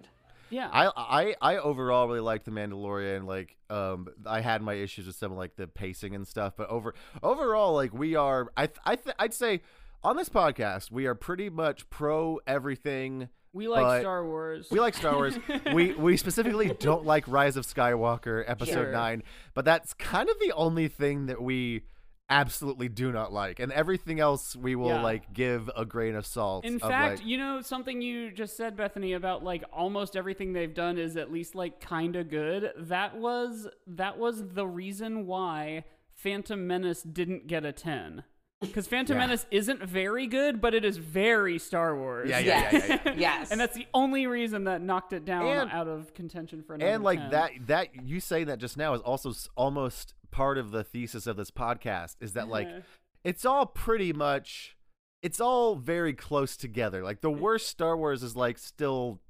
Yeah.
I, I I overall really liked the Mandalorian. Like, um, I had my issues with some like the pacing and stuff, but over overall, like we are, I th- I th- I'd say on this podcast we are pretty much pro everything.
we like
but
Star Wars.
We like Star Wars. we we specifically don't like Rise of Skywalker episode
Sure.
9, but that's kind of the only thing that we absolutely do not like. And everything else we will
Yeah.
like give a grain of salt.
In
of,
fact,
like-
you know something you just said, Bethany, about like almost everything they've done is at least like kind of good. That was that was the reason why Phantom Menace didn't get a ten. Because Phantom
Yeah.
Menace isn't very good, but it is very Star Wars.
yeah, yeah, yeah, yeah, yeah.
Yes,
And that's the only reason that knocked it down
And-
out of contention for another
and like
10.
that that you saying that just now is also s- almost part of the thesis of this podcast is that like
Yeah.
it's all pretty much it's all very close together like the worst star wars is like still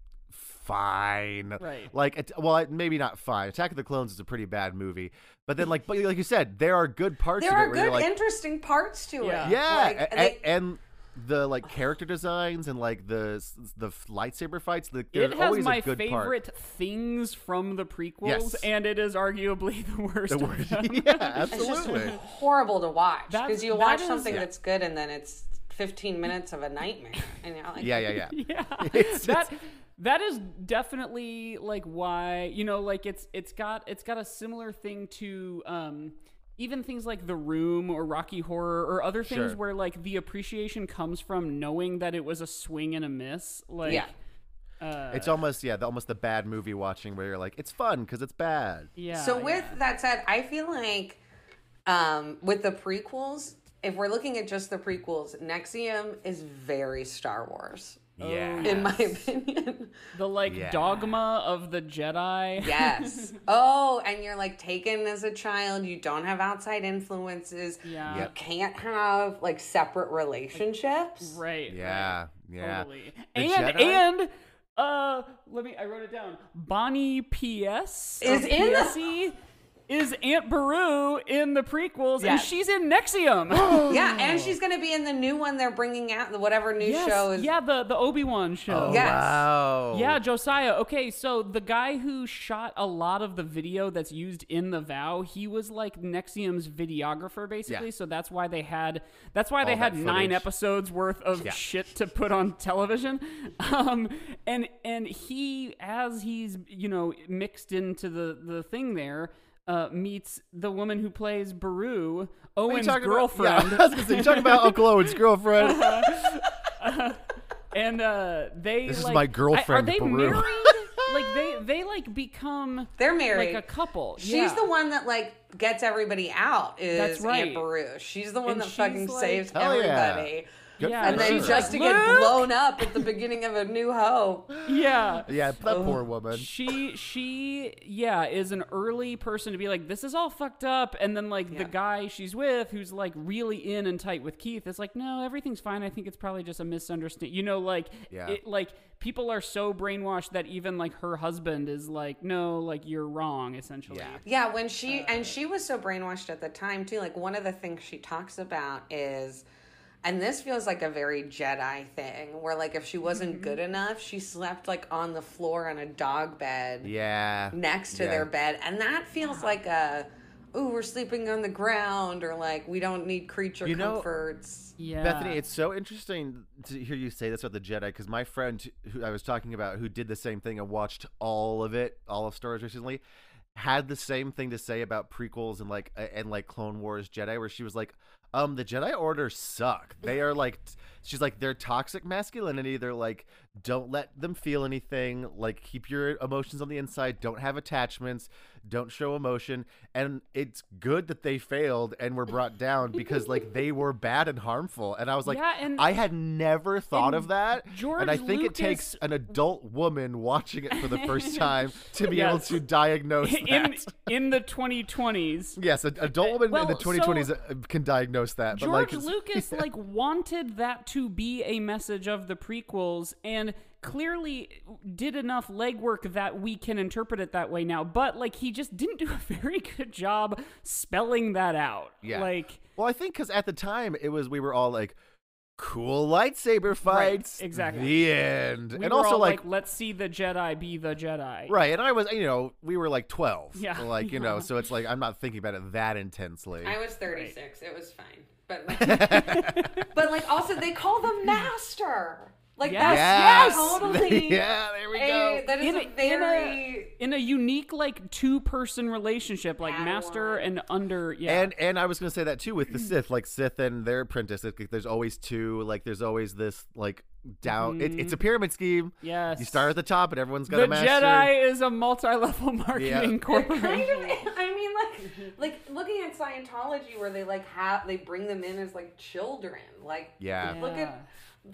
fine
Right.
like it, well it- maybe not fine attack of the clones is a pretty bad movie but then like but like you said there are good parts
there
of it
are
where you're
good,
like
interesting parts to
Yeah.
it.
yeah,
Like,
a- a-
they-
and the like character designs and like the s- the f- lightsaber fights like, there's
It has
always
my
a good
favorite
part
things from the prequels,
Yes.
and it is arguably the worst.
The
of
word-
them.
yeah absolutely
horrible to watch
That's-
because you
that
watch
is-
something
Yeah.
that's good and then it's 15 minutes of a nightmare and you're like
yeah yeah yeah
yeah
It's-
that that is definitely like why you know like it's it's got it's got a similar thing to um even things like The Room or Rocky Horror or other things
Sure.
where like the appreciation comes from knowing that it was a swing and a miss like
Yeah.
It's almost yeah, the, almost the bad movie watching where you're like, it's fun because it's bad.
yeah
so
yeah.
with that said i feel like um with the prequels if we're looking at just the prequels nexium is very star wars
Yeah.
in my opinion
the like
Yeah.
dogma of the Jedi
yes oh and you're like taken as a child you don't have outside influences
Yeah.
you
Yep.
can't have like separate relationships
right right.
Yeah, yeah.
Totally.
The
and
Jedi-
and uh let me I wrote it down. Bonnie PS
Is in the-
PSE is Aunt Beru in the prequels, and
Yes.
she's in Nexium.
Yeah, and she's going to be in the new one they're bringing out, the whatever new
Oh. Yes,
show is. Oh,
yeah, the the Obi Wan show.
Yes.
Oh, Wow.
Yeah, Josiah. Okay, so the guy who shot a lot of the video that's used in the vow, he was like Nexium's videographer, basically.
Yeah.
So that's why they had that's why they
All
had
that
nine
footage.
episodes worth of
Yeah.
shit to put on television. Um, and and he, as he's you know mixed into the the thing there. Uh, meets the woman who plays Baru,
You
Owen's
talking about-
girlfriend. Uh-huh.
yeah, I was gonna say, you talking about Uncle Owen's girlfriend?
and uh, they
This is
like,
my
I-
girlfriend,
Are they
Baru.
married? like they they like become
They're married.
like a couple.
She's
yeah.
the one that like gets everybody out. Is
That's right.
Aunt Beru? She's the one
And
that
she's
fucking
like-
saves
Hell yeah.
everybody.
Good
Yeah,
for
And then
She's
just to
like,
get
"Luke!"
blown up at the beginning of A New Hope.
yeah.
yeah, that
Oh,
poor woman.
She she yeah is an early person to be like this is all fucked up and then like the guy she's with who's like really in and tight with Keith is like no everything's fine I think it's probably just a misunderstanding you know like
Yeah.
it like people are so brainwashed that even like her husband is like no like you're wrong essentially
Yeah.
Yeah, when she
Uh.
and she was so brainwashed at the time too. Like one of the things she talks about is and this feels like a very Jedi thing where like if she
Mm-hmm.
wasn't good enough, she slept like on the floor on a dog bed
Yeah.
next to
Yeah.
their bed. And that feels like a ooh, we're sleeping on the ground or like we don't need creature
You know-
comforts.
yeah
Bethany, it's so interesting to hear you say this about the Jedi because my friend who I was talking about, who did the same thing and watched all of it, all of Star Wars recently, had the same thing to say about prequels and like uh, and like Clone Wars Jedi, where she was like, "Um, the Jedi Order suck. They are like." t- She's like they're toxic masculinity. They're like, don't let them feel anything. Like keep your emotions on the inside. Don't have attachments. Don't show emotion. And it's good that they failed and were brought down because like they were bad and harmful. And I was like,
Yeah, and-
I had never thought of that.
George
and I think
Lucas-
it takes an adult woman watching it for the first time to be able
Yes.
to diagnose that.
in in the 2020s
Yes, an adult woman in
well,
the
so-
2020s uh, can diagnose that. but like,
George Lucas
it's-
like wanted that to be a message of the prequels and clearly did enough legwork that we can interpret it that way now but like he just didn't do a very good job spelling that out
Yeah.
like
Well, I think because at the time it was we were all like, cool lightsaber fights.
exactly.
The end.
we
and
were
also
all
like,
let's see the jedi be the jedi
right. And I was, you know, we were like 12.
Yeah.
Like, you know, so it's like I'm not thinking about it that intensely.
I was 36. It was fine. But but like also they call them master. Like
Yes.
that's totally
yeah, there we
a-
go.
that is
in
a
a, in
very
a in a unique like two person relationship like
Padawan.
master and under yeah
And and I was gonna say that too with the
Mm.
Sith, like Sith and their apprentice. Like, there's always two. Like there's always this like down. It, it's a pyramid scheme.
Mm-hmm. Yes.
You start at the top, and everyone's got
the
a master.
jedi is a multi-level marketing
Yeah.
corporation
kind of I mean like like looking at Scientology where they like have they bring them in as like children. Like
Yeah.
look at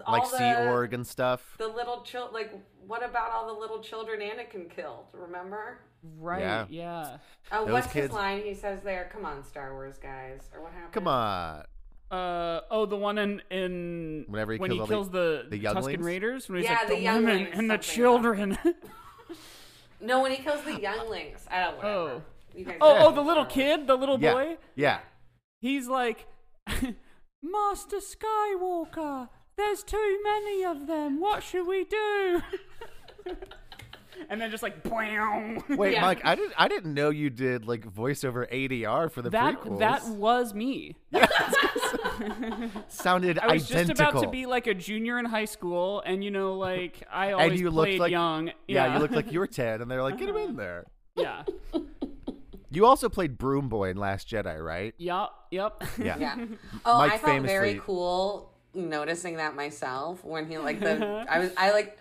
all
Like
the,
Sea Org and stuff.
the little child like what about all the little children Anakin killed, remember?
right
Yeah.
yeah.
Oh,
Those
what's his
kids-
line he says there? Come on, Star Wars guys. Or what happened?
Come on.
Uh oh, the one in in
Whenever he
when
kills all
he
the-
kills the,
the
Tuscan
younglings?
Raiders when he's
Yeah,
like
the
the, women
younglings,
and the
something.
children.
No, when he kills the younglings. I don't know.
oh,
You guys
oh, oh, the little kid, the little
Yeah.
boy.
Yeah.
He's like, Master Skywalker. There's too many of them. What should we do? and then just like, bow.
Wait,
Yeah.
Mike, I didn't I didn't know you did like voiceover ADR for the
That
prequels.
that was me.
sounded
I was
identical.
just about to be like a junior in high school, and you know, like I always
and you
played
looked like
young.
Yeah, you looked like you were ten, and they're like, get him in there.
yeah,
You also played Broom Boy in Last Jedi, right?
yep, yep.
Yeah.
Yeah. Oh,
Mike
I felt very
famously-
cool noticing that myself when he like the I was I like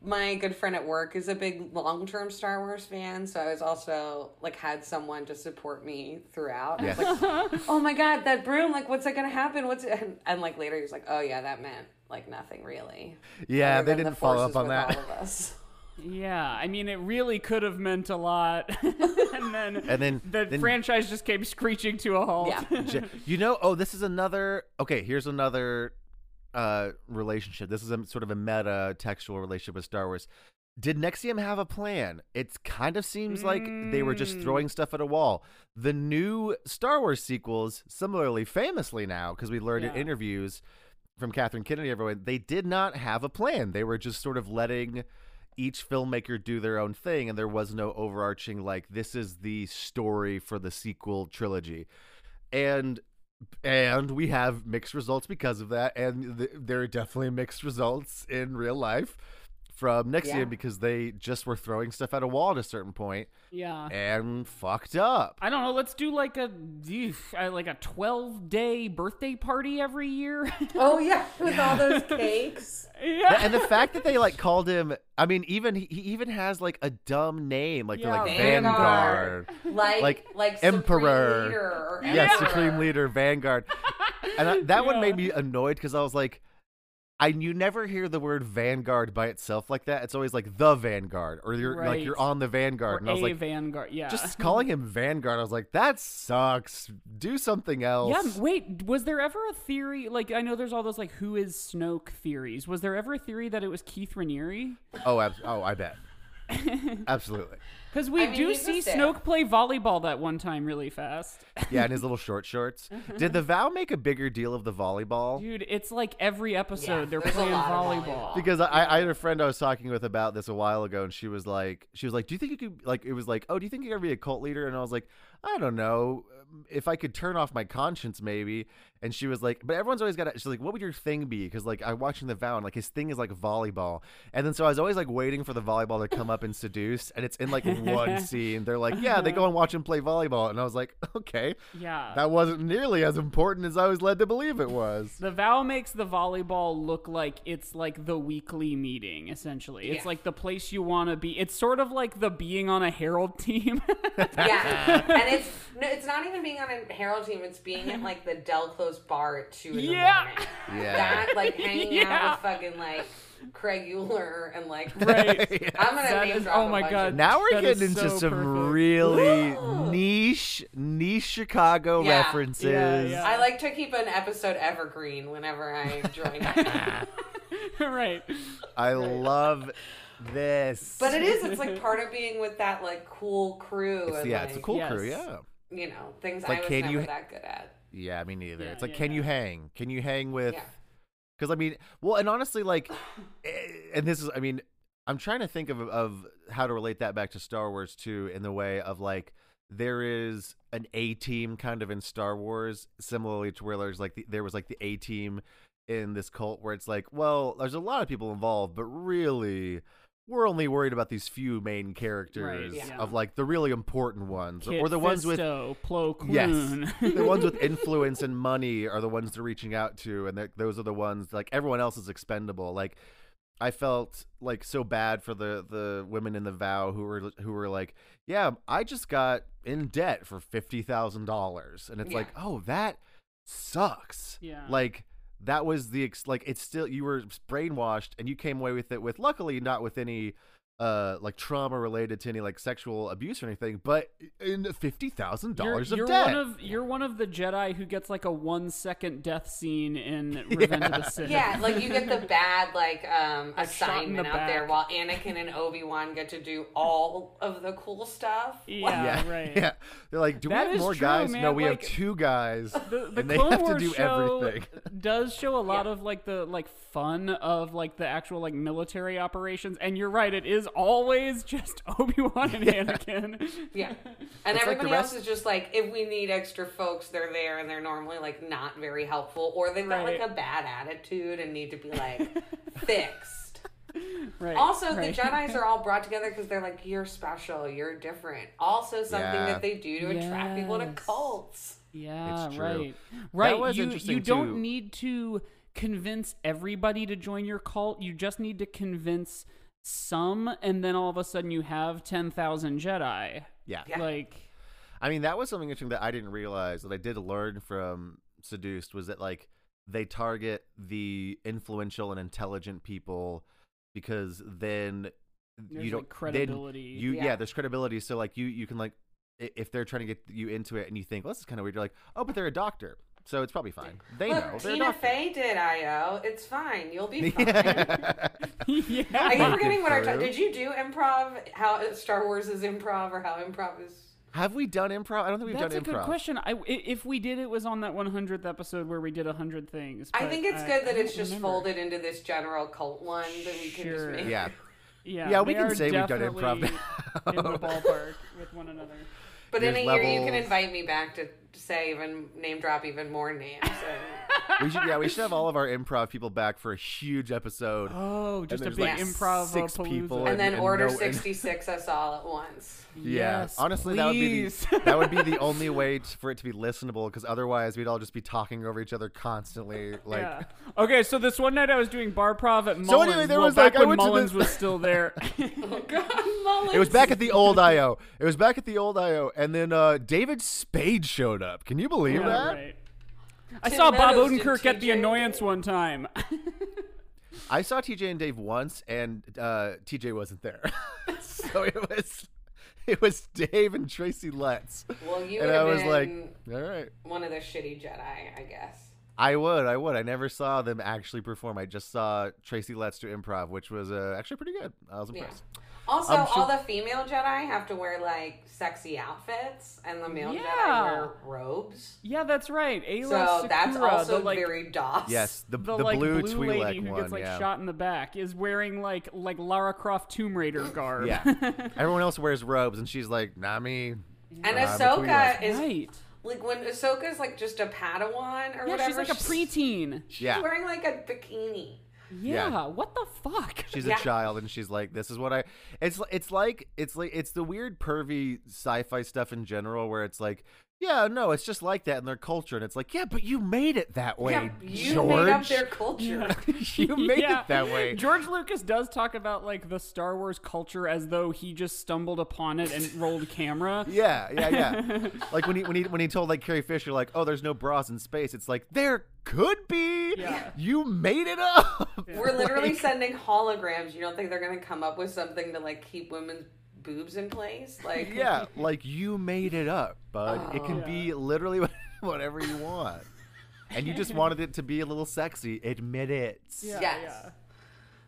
my good friend at work is a big long-term Star Wars fan, so I was also like had someone to support me throughout. I was like, "Oh my god, that broom! Like, what's it gonna happen? What's it?" And, and like later, he was like, "Oh yeah, that meant like nothing really."
Yeah,
Other
they
than
didn't
the
follow up
forces
on
with
that.
All of us.
Yeah, I mean, it really could have meant a lot, and then
And then-
the
then-
franchise just came screeching to a halt.
Yeah.
Je- you know, oh, this is another. Okay, here's another uh relationship. This is a sort of a meta textual relationship with Star Wars. Did Nexium have a plan? It kind of seems like they were
Hmm.
just throwing stuff at a wall. The new Star Wars sequels, similarly famously now, because we learned in
Yeah.
interviews from Catherine Kennedy, everyone, they did not have a plan. They were just sort of letting each filmmaker do their own thing, and there was no overarching, like, this is the story for the sequel trilogy. And and we have mixed results because of that and th- there are definitely mixed results in real life from next
Yeah.
year because they just were throwing stuff at a wall at a certain point
Yeah.
and fucked up
I don't know. Let's do like a eef, uh, like a twelve day birthday party every year.
Oh yeah, with all those cakes.
yeah.
and the fact that they like called him i mean even he he even has like a dumb name like they're like
Yeah,
vanguard,
Vanguard. Like
Like
like, Supreme
Emperor.
Leader or
yes
Emperor.
supreme leader vanguard and I, that
Yeah.
one made me annoyed because i was like I you never hear the word vanguard by itself like that. It's always like the vanguard, or you're
Right.
like you're on the vanguard.
Or
and I was
a
like,
vanguard. Yeah.
just calling him Vanguard, I was like, that sucks. Do something else.
Yeah, wait, was there ever a theory like I know there's all those like who is Snoke theories. Was there ever a theory that it was Keith Raniere?
Oh, abs- oh, I bet. Absolutely.
Cuz we
I mean,
do
he's a
see
Sith.
Snoke play volleyball that one time really fast.
Yeah, and his little short shorts. Did the vow make a bigger deal of the volleyball?
Dude, it's like every episode
Yeah,
they're
there's a
playing
lot of
volleyball.
volleyball.
Because I, I had a friend I was talking with about this a while ago, and she was like, she was like, do you think you could like? It was like, oh, do you think you could be a cult leader? And I was like, I don't know. um, If I could turn off my conscience, maybe. And she was like, but everyone's always got. She's like, what would your thing be? Because like I'm watching the vow, and like his thing is like volleyball. And then so I was always like waiting for the volleyball to come up and seduce, and it's in like one scene. They're like, yeah, they go and watch him play volleyball, and I was like, okay,
Yeah.
that wasn't nearly as important as I was led to believe it was.
the vow makes the volleyball look like it's like the weekly meeting essentially. It's
Yeah.
like the place you want to be. It's sort of like the being on a herald team.
Yeah, and it's no, it's not even being on a Herald team. It's being at like the Del Close bar at two in
Yeah.
the morning.
Yeah.
that like hanging
Yeah.
out with fucking like Craig Euler and like
right.
I'm gonna
That
name
is-
drop
oh
a
my
bunch
God.
of-
Now we're
That is
getting into
so
some
perfect.
really niche, niche Chicago
Yeah.
references.
Yeah, yeah.
I like to keep an episode evergreen whenever I join.
right.
I love this.
but it is it's like part of being with that like cool crew.
It's-
and,
yeah, it's a
like,
cool
Yes.
crew. Yeah,
You know things
like,
I was
can
never
you-
that good at.
yeah. Me neither.
Yeah,
it's like,
yeah,
can
yeah.
you hang? Can you hang with?
Yeah.
Because I mean, well, and honestly, like, eh, and this is, I mean, I'm trying to think of of how to relate that back to Star Wars too, in the way of like. There is an A team kind of in Star Wars, similarly to where there's like the, there was like the A team in this cult where it's like, well, there's a lot of people involved, but really, we're only worried about these few main characters
yeah.
of like the really important ones,
Kit
or the ones with
Fisto, Plo Koon.
Yes, the ones with influence and money are the ones they're reaching out to, and they're- those are the ones like everyone else is expendable. Like I felt like so bad for the the women in the vow who were who were like, yeah, I just got in debt for fifty thousand dollars, and it's
Yeah.
like, oh, that sucks.
Yeah.
like that was the ex- like it's still you were brainwashed and you came away with it with luckily not with any uh like trauma related to any like sexual abuse or anything but in $50,000
You're,
of
you're
debt.
one of you're one of the Jedi who gets like a one second death scene in Revenge of the Sith.
Yeah, like you get the bad like um
A shot in the
assignment out there
back.
while Anakin and Obi Wan get to do all of the cool stuff.
yeah,
yeah,
right.
Yeah. They're like, do
That
we
is
have more
true,
guys?
man,
No, we
like-
have two guys.
The, the
and they
Clone
have
Wars
to do
show
everything.
does show a lot of like the like fun of like the actual like military operations, and you're right, it is always just Obi Wan and Anakin.
Yeah. And
It's like the
everybody
rest-
else is just like, if we need extra folks, they're there and they're normally like not very helpful or they've got
Right.
like a bad attitude and need to be like fixed.
Right.
Also,
right.
the Jedi's are all brought together because they're like, you're special, you're different. Also, something
Yeah.
that they do to attract people to
Yes.
cults.
Yeah,
It's true.
right.
That
Right.
was
you,
interesting,
you don't
too.
need to convince everybody to join your cult. You just need to convince some, and then all of a sudden you have 10,000 Jedi.
Yeah.
Yeah.
Like,
I mean, that was something interesting that I didn't realize that I did learn from Seduced was that like they target the influential and intelligent people because then
There's,
you don't
like,
then
credibility.
you yeah.
Yeah.
there's credibility. So like you you can like i- if they're trying to get you into it and you think well this is kind of weird, you're like oh but they're a doctor. So it's probably fine. They
Look,
know. They're
Tina
not-
Fey did IO. It's fine. You'll be fine.
yeah.
Are you
Thank
forgetting
you,
what I
Farouk.
talked? Did you do improv? How Star Wars is improv, or how improv is?
Have we done improv? I don't think we've
That's a
done improv.
good question. I, i- if we did, it was on that 100th episode where we did 100 things.
I
but
think it's
I-
good that
I
it's
don't
just
remember.
folded into this general cult one that we can
Sure.
just make.
Yeah.
Yeah,
Yeah, we
they
can
are
say we've done
definitely
improv
in the ballpark with one another.
But in a
There's
year, you can
levels.
invite me back to say even name drop even more names. and-
We should, yeah, we should have all of our improv people back for a huge episode.
Oh, just a
there's
big
like
improv
six people
and then
And- and
order
no- and-
sixty six us all at once.
Yeah,
Yes,
honestly, that would be
please.
the, that would be the only way t- for it to be listenable because otherwise we'd all just be talking over each other constantly. Like,
yeah. Okay, so this one night I was doing bar prov at Mullins.
So anyway, there
well,
was,
back
like, I
when
went to
Mullins
this-
was still there.
Oh God, Mullins.
it was back at the old IO. It was back at the old IO, and then uh, David Spade showed up. Can you believe
Yeah,
that?
right. I
Tim
saw Bob
Meadows did
Odenkirk at the
TJ.
annoyance one time.
I saw TJ and Dave once, and uh, TJ wasn't there, so it was it was Dave and Tracy Letts.
Well, you
and
would
I
have
was like,
been
all right.
one of the shitty Jedi, I guess.
I would, I would. I never saw them actually perform. I just saw Tracy Letts do improv, which was uh, actually pretty good. I was
Yeah.
impressed.
Also,
I'm sure-
all the female Jedi have to wear like sexy outfits, and the male Jedi
Yeah.
wear robes.
yeah, that's right. Ayla
So
Sakura,
that's also
the, like,
very DOS.
Yes, the,
the,
the,
like
blue,
blue,
Twi'lek
lady who
one.
gets like
yeah.
shot in the back is wearing like like Lara Croft Tomb Raider garb.
yeah. Everyone else wears robes, and she's like, "Not me."
And
Uh, the
Ahsoka
Twi'lek.
is
right.
like when Ahsoka's like just a Padawan or
Yeah,
whatever.
she's like a preteen.
She's
Yeah.
wearing like a bikini.
Yeah,
Yeah.
what the fuck?
She's
Yeah.
a child, and she's like, "This is what I." It's it's like it's like it's the weird pervy sci-fi stuff in general, where it's like, "Yeah, no, it's just like that in their culture," and it's like, "Yeah, but you made it that way,
yeah, you
George.
made up their culture.
you made
Yeah.
it that way."
George Lucas does talk about like the Star Wars culture as though he just stumbled upon it and rolled camera.
Yeah, yeah, yeah. like when he when he when he told like Carrie Fisher like, "Oh, there's no bras in space." It's like there could be.
Yeah.
You made it up.
We're literally
Like,
sending holograms. You don't think they're gonna come up with something to like keep women's boobs in place? Like
yeah, like you made it up, bud. it can
Oh.
be literally what- whatever you want. And you just wanted it to be a little sexy. Admit it.
Yeah,
Yes.
yeah.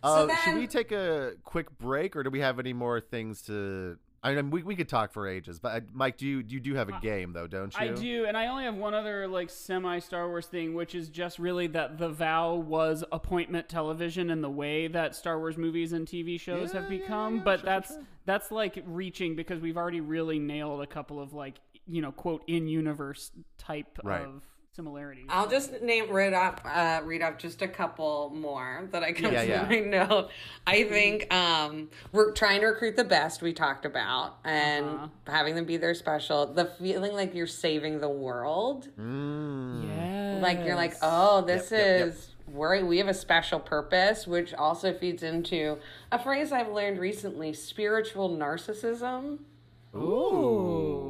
Uh,
So
Should
then-
we take a quick break, or do we have any more things to? I mean, we, we could talk for ages, but uh, Mike, do you you do have a game though, don't you?
Uh, I do, and I only have one other like semi Star Wars thing, which is just really that the vow was appointment television and the way that Star Wars movies and TV shows have
Yeah, yeah,
become.
yeah,
but
sure,
that's that's like reaching because we've already really nailed a couple of like you know quote in universe type
Right.
of similarities.
I'll just name read off uh, read off just a couple more that I come
Yeah,
to
yeah.
my note. I think um, we're trying to recruit the best we talked about and
Uh-huh.
having them be their special. The feeling like you're saving the world,
Yes.
like you're like, oh,
Mm.
this
Yep, yep, yep.
is worry. We have a special purpose, which also feeds into a phrase I've learned recently: spiritual narcissism. oh.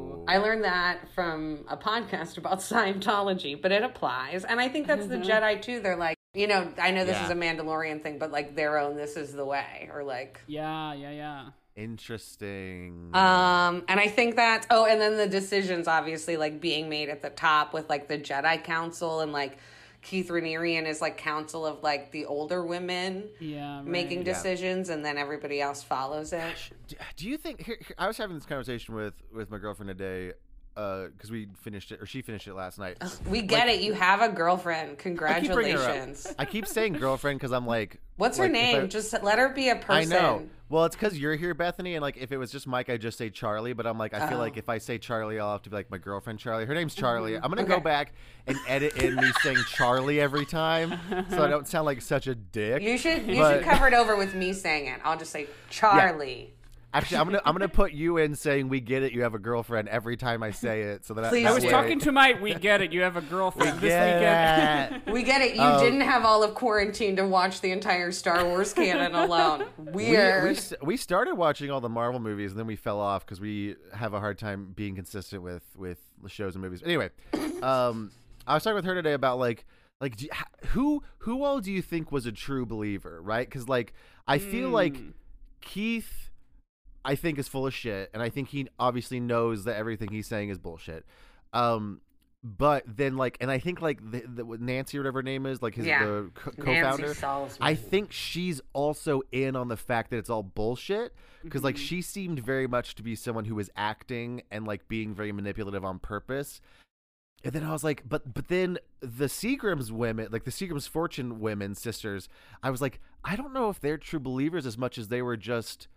Ooh.
I learned that from a podcast about Scientology, but it applies. And I think that's the
Mm-hmm.
Jedi too. They're like, you know, I know this
Yeah.
is a Mandalorian thing, but like their own, this is the way, or like.
Yeah, yeah, yeah.
Interesting.
Um, and I think that oh, and then the decisions obviously like being made at the top with like the Jedi Council and like Keith Ranierian is like council of like the older women
Yeah. Right.
making decisions, and then everybody else follows it.
Do- do you think here, here- I was having this conversation with with my girlfriend today because we finished it or she finished it last night.
We get it. You have a girlfriend.
I keep bringing her up.
Congratulations.
I keep saying girlfriend because I'm like,
What's her
like, if I-
name? Just let her be
I
a person.
know. Well, it's because you're here, Bethany, and like if it was just Mike, I'd just say Charlie. But I'm like, I feel like
Oh.
if I say Charlie, I'll have to be like my girlfriend Charlie. Her name's Charlie. I'm gonna go
Mm-hmm. Okay.
back and edit in me saying Charlie every time, so I don't sound like such a dick.
You should you
But-
should cover it over with me saying it. I'll just say Charlie.
Actually, I'm gonna I'm gonna put you in saying we get it. You have a girlfriend every time I say it, so that
Please
that
I was
do.
way-
talking to my. We get it. You have a girlfriend this
Yeah. Um,
weekend.
We get it. You didn't have all of quarantine to watch the entire Star Wars canon alone.
We-
Weird.
We, s- we started watching all the Marvel movies and then we fell off because we have a hard time being consistent with with shows and movies. Anyway, um, I was talking with her today about like like do, you- h- who who all do you think was a true believer, right? Because like I feel like Keith. I think is full of shit, and I think he obviously knows that everything he's saying is bullshit. Um, but then like and i think like the, the what nancy or whatever her name is like his
Yeah.
the co-
Nancy
co-founder
Salzman.
i think she's also in on the fact that it's all bullshit because like
Mm-hmm.
she seemed very much to be someone who was acting and like being very manipulative on purpose and then i was like but but then the seagram's women like the seagram's fortune women sisters i was like i don't know if they're true believers as much as they were just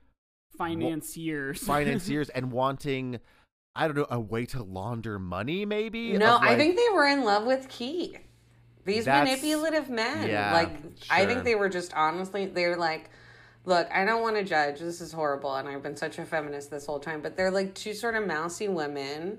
financiers.
financiers and wanting i don't know a way to launder money maybe
No,
of, like-
I think they were in love with Keith. These
That's-
manipulative men.
yeah,
like I think
sure.
they were just honestly they're like Look, I don't want to judge. This is horrible, and I've been such a feminist this whole time. But they're like two sort of mousy women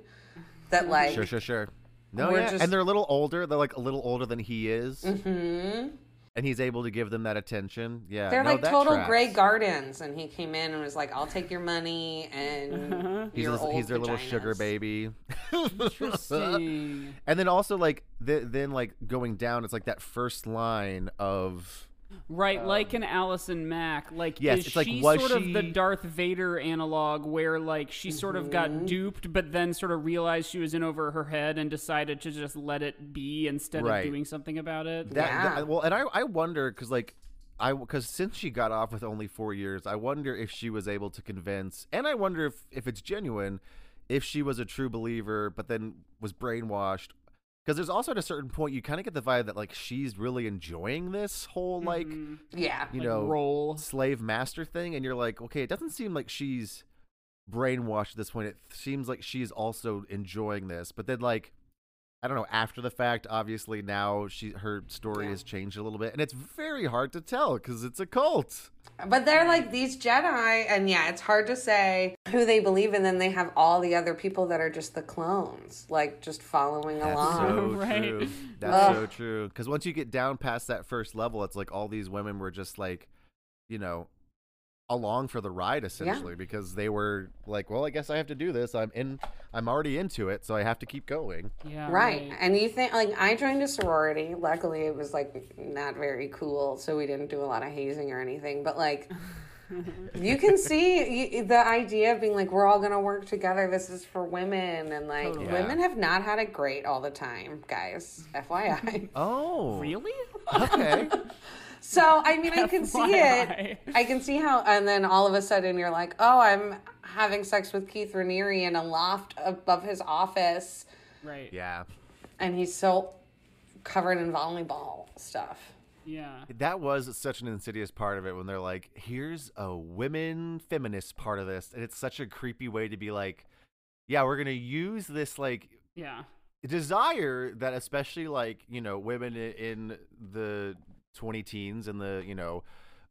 that like
Sure, sure, sure. No,
We're
yeah.
just-
and they're a little older. They're like a little older than he is, mm-hmm. and he's able to give them that attention. Yeah,
they're
no,
like
that
total
tracks.
Grey Gardens. And he came in and was like, "I'll take your money and
He's,
your
a-
old
he's their little sugar
vaginas."
baby.
Interesting.
And then also like th- then like going down, it's like that first line of
Right, like an Allison Mack. Like,
Um, Yes,
is
it's like,
she
was
sort of the
she-
Darth Vader analog where, like, she sort of
Mm-hmm.
got duped, but then sort of realized she was in over her head and decided to just let it be instead
Right.
of doing something about it?
that.
Yeah.
that- well, and I I wonder because like. I because since she got off with only four years, I wonder if she was able to convince, and I wonder if if it's genuine, if she was a true believer, but then was brainwashed. Because there's also at a certain point you kind of get the vibe that like she's really enjoying this whole like
Mm-hmm. Yeah,
you
Like,
know
role.
slave master thing, and you're like, okay, it doesn't seem like she's brainwashed at this point. It seems like she's also enjoying this, but then like. I don't know. After the fact, obviously now she her story
Yeah.
has changed a little bit, and it's very hard to tell because it's a cult.
But they're like these Jedi, and yeah, it's hard to say who they believe, and then they have all the other people that are just the clones, like just following
That's
along.
so
Right.
true.
Ugh.
That's so true. Because once you get down past that first level, it's like all these women were just like, you know, along for the ride essentially because they were like, well, I guess I have to do this. I'm in. I'm already into it, so I have to keep going.
Yeah.
Right. And you think, like, I joined a sorority. Luckily, it was, like, not very cool, so we didn't do a lot of hazing or anything. But, like, you can see you, the idea of being like, we're all going to work together. This is for women. And, like,
Totally.
Yeah.
women have not had it great all the time, guys. FYI.
Oh,
Really?
Okay.
So I mean, I can see it.
FYI.
I can see how, and then all of a sudden you're like, oh, I'm having sex with Keith Raniere in a loft above his office,
Right.
yeah.
and he's so covered in volleyball stuff.
Yeah.
That was such an insidious part of it when they're like, here's a women feminist part of this. And it's such a creepy way to be like, yeah, we're going to use this like
Yeah.
desire that especially like you know women i- in the 20 teens and the you know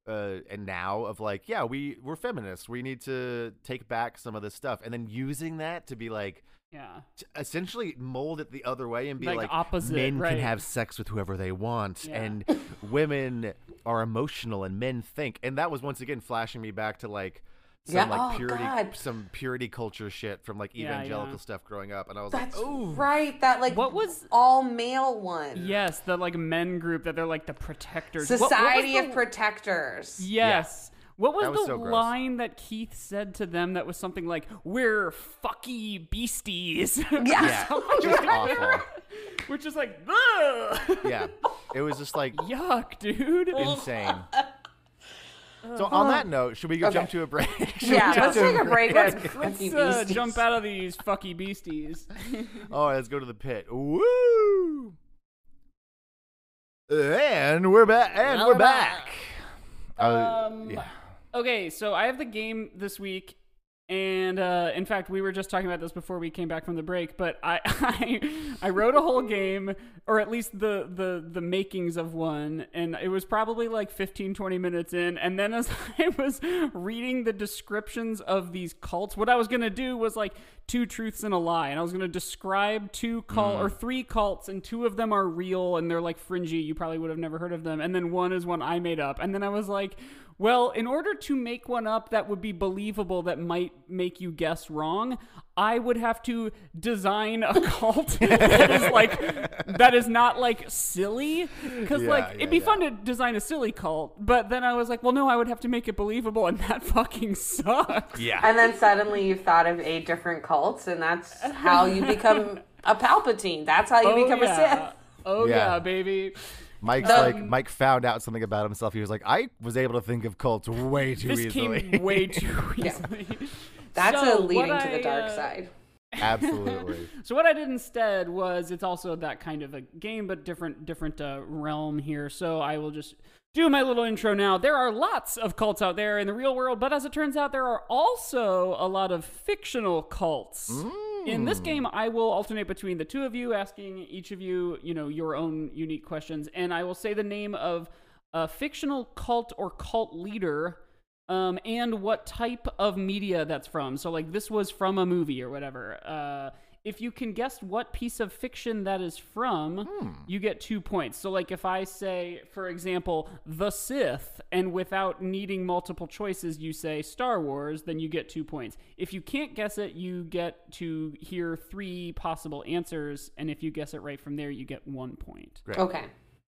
uh, and now of like yeah we we're feminists we need to take back some of this stuff and then using that to be like
Yeah.
t- essentially mold it the other way and be
Like
like,
opposite,
men
right.
can have sex with whoever they want
Yeah.
and women are emotional and men think and that was once again flashing me back to like some
Yeah.
like
Oh,
purity
God.
some purity culture shit from like
Yeah, yeah.
evangelical stuff growing up and i was
That's
like oh
right. That like
Hmm. What was-
all male one?
Yes, the, like, men group that they're, like, the protectors. What- what was
Society
the-
of Protectors.
Yes. What was,
That was
the
so gross.
line that Keith said to them that was something like, We're fucky beasties?
Yeah.
just awful.
Which is like, Ugh!
Yeah, it was just like
yuck, dude.
insane.
Uh,
So on that note, should we go jump to a break? Should we
Yeah,
jump
let's
to
take a break. Let's,
Let's uh, jump out of these fucky beasties.
All right, let's go to the pit. Woo! And we're back. And we're, back. Uh,
Um,
yeah.
Okay, so I have the game this week, and uh, in fact, we were just talking about this before we came back from the break. But I, I, I wrote a whole game, or at least the the the makings of one, and it was probably like 15, 20 minutes in. And then as I was reading the descriptions of these cults, what I was gonna do was like two truths and a lie, and I was gonna describe two cult or three cults, and two of them are real and they're like fringy. You probably would have never heard of them, and then one is one I made up. And then I was like. Well, in order to make one up that would be believable that might make you guess wrong, I would have to design a cult that is like that is not like silly cuz like
yeah,
it'd be
yeah.
fun to design a silly cult, but then I was like, well no, I would have to make it believable and that fucking sucks.
yeah.
And then suddenly you've thought of eight different cults, and that's how you become a Palpatine. That's how you
Oh,
become a
yeah.
Sith.
Oh
Yeah.
yeah, baby.
Mike's
Um,
like Mike found out something about himself. He was like, I was able to think of cults way too
This
easily.
came way too easily.
That's
So,
a leading
what
to the
I,
dark
uh,
side.
Absolutely.
So what I did instead was it's also that kind of a game, but different different uh, realm here. So I will just do my little intro now. There are lots of cults out there in the real world, but as it turns out, there are also a lot of fictional cults. In this game, I will alternate between the two of you, asking each of you, you know, your own unique questions, and I will say the name of a fictional cult or cult leader um, and what type of media that's from. So, like, this was from a movie or whatever. Uh, if you can guess what piece of fiction that is from,
Hmm.
you get two points. So, like, if I say, for example, The Sith, and without needing multiple choices, you say Star Wars, then you get two points. If you can't guess it, you get to hear three possible answers. And if you guess it right from there, you get one point.
Okay.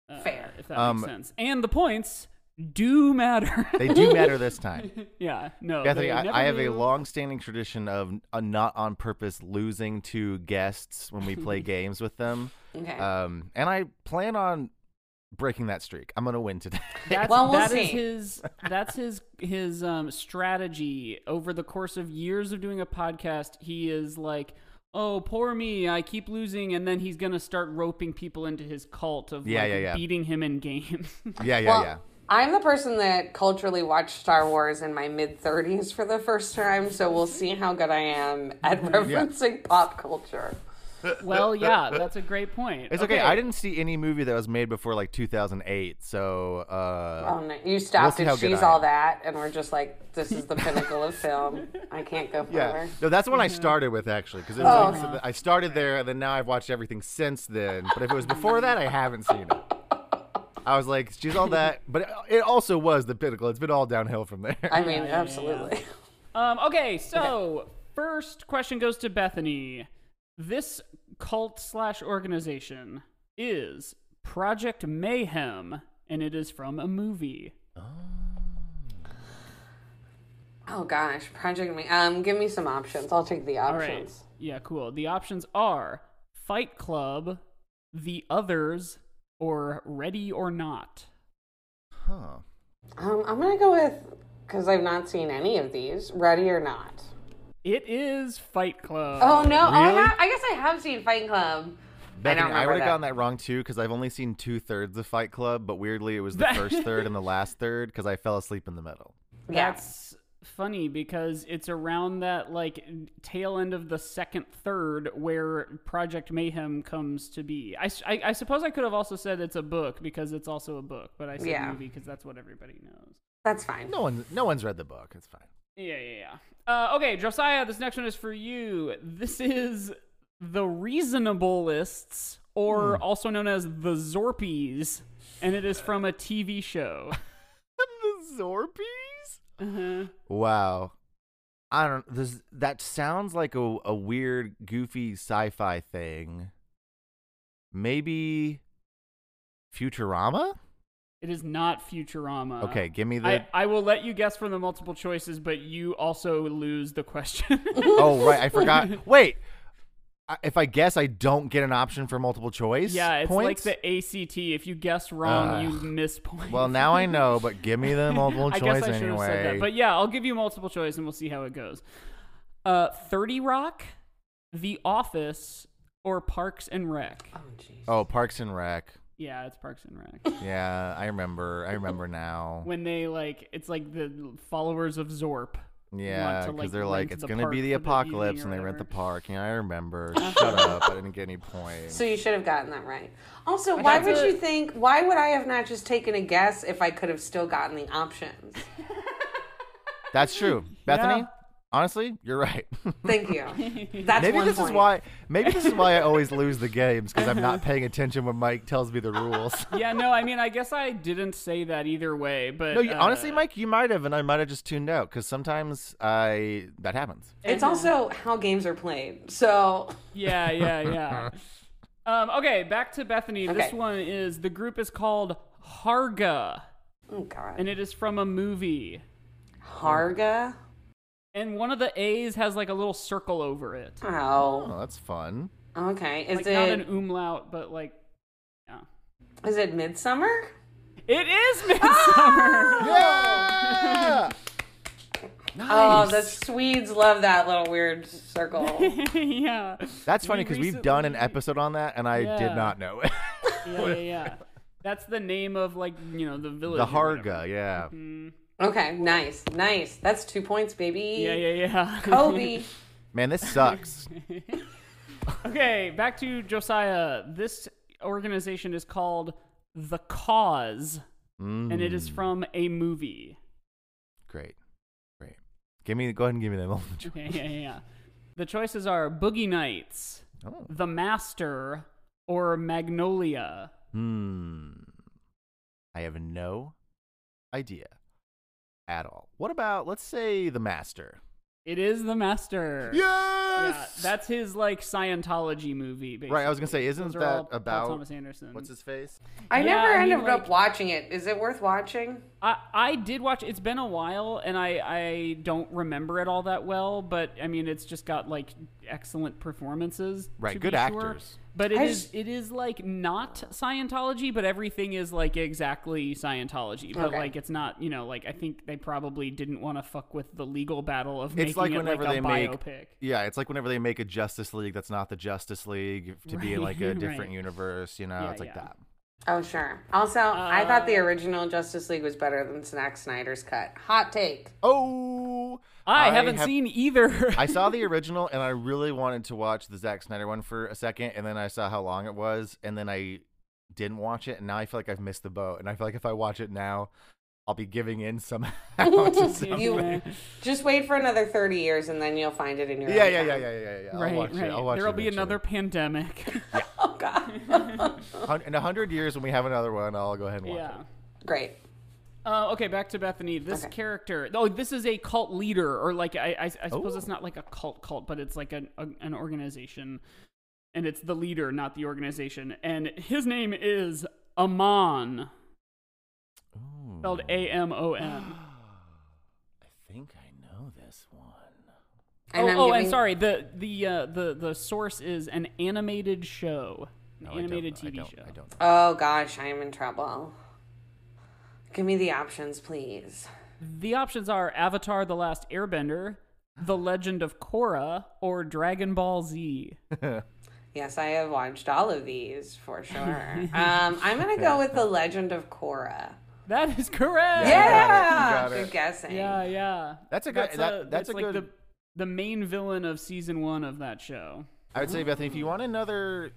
Uh,
Fair.
If that
Um,
makes sense. And the points do matter.
they do matter this time.
yeah, no.
Bethany,
Oh, they never
I, I have a
do.
long-standing tradition of uh, not on purpose losing to guests when we play games with them,
Okay.
um, and I plan on breaking that streak. I'm gonna win today.
That's,
Well, we'll
that is
see.
his. That's his his um, strategy over the course of years of doing a podcast. He is like, "Oh, poor me, I keep losing," and then he's gonna start roping people into his cult of
Yeah,
like,
yeah, yeah.
beating him in games.
yeah, yeah,
well,
yeah.
I'm the person that culturally watched Star Wars in my mid 30s for the first time, so we'll see how good I am at referencing pop culture.
well, yeah, that's a great point.
It's okay. I didn't see any movie that was made before like 2008, so uh,
Oh, no. You stopped
see how
and
good
she's
I am.
all that, and we're just like, this is the pinnacle of film. I can't go
yeah.
further.
No, that's when I started with actually, because
Mm-hmm. Oh.
I started there, and then now I've watched everything since then. But if it was before that, I haven't seen it. I was like, she's all that, but it, it also was the pinnacle. It's been all downhill from there.
I mean, absolutely.
Um, okay, so first question goes to Bethany. This cult slash organization is Project Mayhem, and it is from a movie.
Oh gosh, Project Me. Um, give me some options. I'll take the
All right.
options.
Yeah, cool. The options are Fight Club, The Others, or Ready or Not.
Huh.
Um, I'm gonna go with because I've not seen any of these. Ready or not?
It is Fight Club.
Oh no! Oh, I,
really?
ha- I guess I have seen Fight Club. I
Bethany,
don't
I,
remember
would have
that.
gotten that wrong too because I've only seen two thirds of Fight Club, but weirdly it was the first third and the last third because I fell asleep in the middle.
Yeah.
That's funny because it's around that like tail end of the second third where Project Mayhem comes to be. I, s- I- I suppose I could have also said it's a book because it's also a book, but I said
Yeah.
movie because that's what everybody knows.
That's fine.
No one, no one's read the book. It's fine.
Yeah, yeah, yeah. Uh, okay, Josiah, this next one is for you. This is the Reasonableists, or
Hmm.
also known as the Zorpies, and it is from a TV show.
the Zorpies.
Uh-huh.
Wow. I don't. This, that sounds like a, a weird, goofy sci-fi thing. Maybe Futurama.
It is not Futurama.
Okay, give me the.
Uh, I, I will let you guess from the multiple choices, but you also lose the question.
oh right, I forgot. Wait. I, if I guess, I don't get an option for multiple choice.
yeah, it's
points?
like the ACT. If you guess wrong,
Ugh.
you miss points.
Well, now I know, but give me the multiple
I
choice
guess I should
anyway.
have said that. But yeah, I'll give you multiple choice and we'll see how it goes. Uh, 30 Rock, The Office, or Parks and Rec?
Oh jeez.
oh, Parks and Rec.
Yeah, it's Parks and Rec.
Yeah, I remember. I remember now.
when they like, it's like the followers of Zorp.
yeah,
to,
because
like,
they're like,
rent
it's
the
gonna
park
be the
for the evening
apocalypse,
or
and they rent the
whatever.
park. Yeah, I remember. Shut up! I didn't get any points.
So you should have gotten that right. Also, why would
that's a-
you think? Why would I have not just taken a guess if I could have still gotten the options?
That's true, Bethany.
Yeah.
Honestly, you're right.
Thank you. That's
maybe
one
this
point.
is why. Maybe this is why I always lose the games because I'm not paying attention when Mike tells me the rules.
yeah, no, I mean, I guess I didn't say that either way, but.
no, you,
uh,
honestly, Mike, you might have, and I might have just tuned out because sometimes I that happens.
It's also how games are played. So
Yeah, yeah, yeah. um, okay, back to Bethany. This
Okay.
one is the group is called Harga,
oh god,
and it is from a movie.
Harga.
And one of the A's has like a little circle over it.
Oh,
Oh, that's fun.
Okay. Is
like
it
not an umlaut, but like yeah.
is it midsummer?
It is Midsummer.
Yeah!
Oh, the Swedes love that little weird circle.
yeah.
That's
We
funny because we've done an episode on that, and I
Yeah.
did not know it.
Yeah, yeah, yeah. That's the name of like you know the village.
the
or whatever.
Harga, yeah.
okay, nice, nice. That's two points, baby.
Yeah, yeah, yeah.
Kobe.
Man, this sucks.
okay, back to Josiah. This organization is called the Cause, and it is
Hmm.
from a movie.
Mm, Great, great. Give me, go ahead and give me that moment.
Yeah, yeah, yeah, yeah. The choices are Boogie Nights,
Oh.
The Master, or Magnolia.
Hmm. I have no idea at all. What about, let's say, the master?
It is The Master. Yeah,
Yes.
that's his like Scientology movie. Basically.
Right, I was gonna say, isn't
Those are
that
all Paul
about-
Thomas Anderson?
What's his face?
I
Yeah,
never
I mean,
ended
like-
up watching it. Is it worth watching?
I, I did watch. It's been a while, and I I don't remember it all that well. But I mean, it's just got like excellent performances.
Right,
to
good
be sure.
actors.
But it
I
is
just-
it is like not Scientology, but everything is like exactly Scientology. But
Okay.
like it's not you know like I think they probably didn't want to fuck with the legal battle of making
It's like
it
whenever
like
they
a
make.
biopic.
Yeah, it's like whenever they make a Justice League that's not the Justice League to be
Right,
like a different
right.
universe. You know,
Yeah,
it's like
yeah.
that.
Oh, sure. Also, I thought
Uh,
the original Justice League was better than Snack Snyder's cut. Hot take.
Oh,
I, haven't
have-
seen either.
I saw the original and I really wanted to watch the Zack Snyder one for a second, and then I saw how long it was, and then I didn't watch it, and now I feel like I've missed the boat. And I feel like if I watch it now, I'll be giving in somehow. to some-
You just wait for another 30 years and then you'll find it in your
yeah,
own
yeah,
time.
yeah, yeah, yeah, yeah. I'll
right,
watch
right.
it. I'll watch
There'll
it
be another pandemic.
Oh god.
eventually. Hun- In a hundred years, when we have another one, I'll go ahead and watch
yeah.
it.
Great.
Uh, okay, back to Bethany. This
Okay.
character, oh, this is a cult leader, or like I, I, I suppose
Oh.
it's not like a cult cult, but it's like an a, an organization, and it's the leader, not the organization. And his name is Amon,
Oh.
spelled A M O N. Oh,
I think I know this one.
Oh,
I'm
oh, and
giving-
sorry the the uh, the the source is an animated show, an
No, I don't
animated
know. I
TV
don't-
show.
I don't. know.
Oh gosh, I am in trouble. Give me the options, please.
The options are Avatar: The Last Airbender, The
Uh-huh.
Legend of Korra, or Dragon Ball Z.
Yes, I have watched all of these for sure. um, I'm gonna go with the Legend of Korra.
That is correct.
Yeah,
got it.
good guessing.
Yeah, yeah.
That's a good- that- that's
it's
a
like
good-
The, the main villain of season one of that show.
I would say, Bethany, if you want another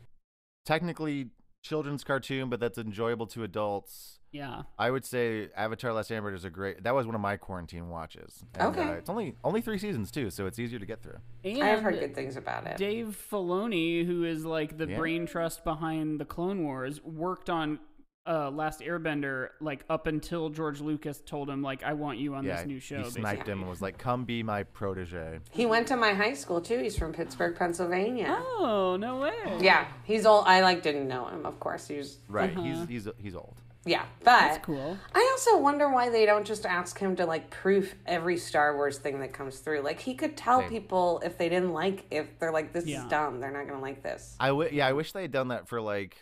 technically children's cartoon, but that's enjoyable to adults,
Yeah.
I would say Avatar: Last Airbender is a great. That was one of my quarantine watches. And,
Okay.
uh, it's only only three seasons too, so it's easier to get through.
And
I have heard good things about it.
Dave Filoni, who is like the
Yeah.
brain trust behind the Clone Wars, worked on uh, Last Airbender like up until George Lucas told him like I want you on
yeah,
this new show.
he sniped
basically.
him and was like, "Come be my protege."
He went to my high school too. He's from Pittsburgh, Pennsylvania.
Oh no way!
Yeah, he's old. I like didn't know him, of course. He was
Right.
Uh-huh.
He's he's he's old.
yeah, but
That's cool.
I also wonder why they don't just ask him to like proof every Star Wars thing that comes through. Like he could tell
Same.
people if they didn't like if they're like this
Yeah.
is dumb, they're not gonna like this.
I w- yeah, I wish they had done that for like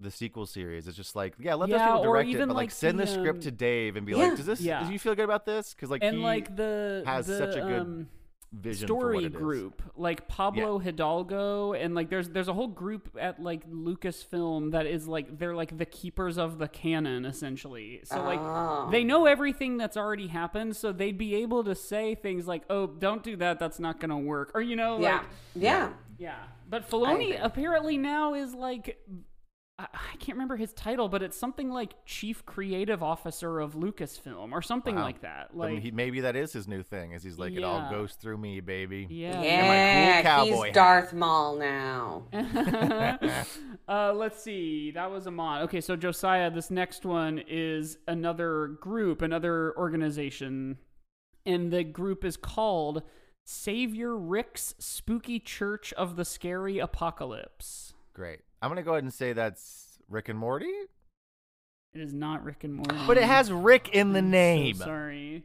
the sequel series. It's just like, yeah, let those
Yeah,
people
or
direct it,
even,
but like,
like,
send the,
the,
script
um,
to Dave and be
Yeah.
like, "Does this?
Yeah.
Do you feel good about this?" Because like
and
he
like the
has
the,
such a good
um,
vision for what
story
it is.
group like Pablo Hidalgo and like there's there's a whole group at like Lucasfilm that is like they're like the keepers of the canon essentially. So like they know everything that's already happened so they'd be able to say things like oh don't do that that's not going to work or you know like
Yeah. yeah.
yeah. But Filoni apparently now is like I I can't remember his title, but it's something like Chief Creative Officer of Lucasfilm or something
Wow.
like that.
Then
Like,
he, maybe that is his new thing. Is he's like, "It all
Yeah.
goes through me, baby."
yeah,
Yeah,
cowboy
he's
hat.
Darth Maul now.
uh, let's see. That was Amon. Okay, so Josiah, this next one is another group, another organization, and the group is called Savior Rick's Spooky Church of the Scary Apocalypse.
Great. I'm gonna go ahead and say that's Rick and Morty,
It is not Rick and Morty,
but it has Rick in the
I'm so
name.
sorry.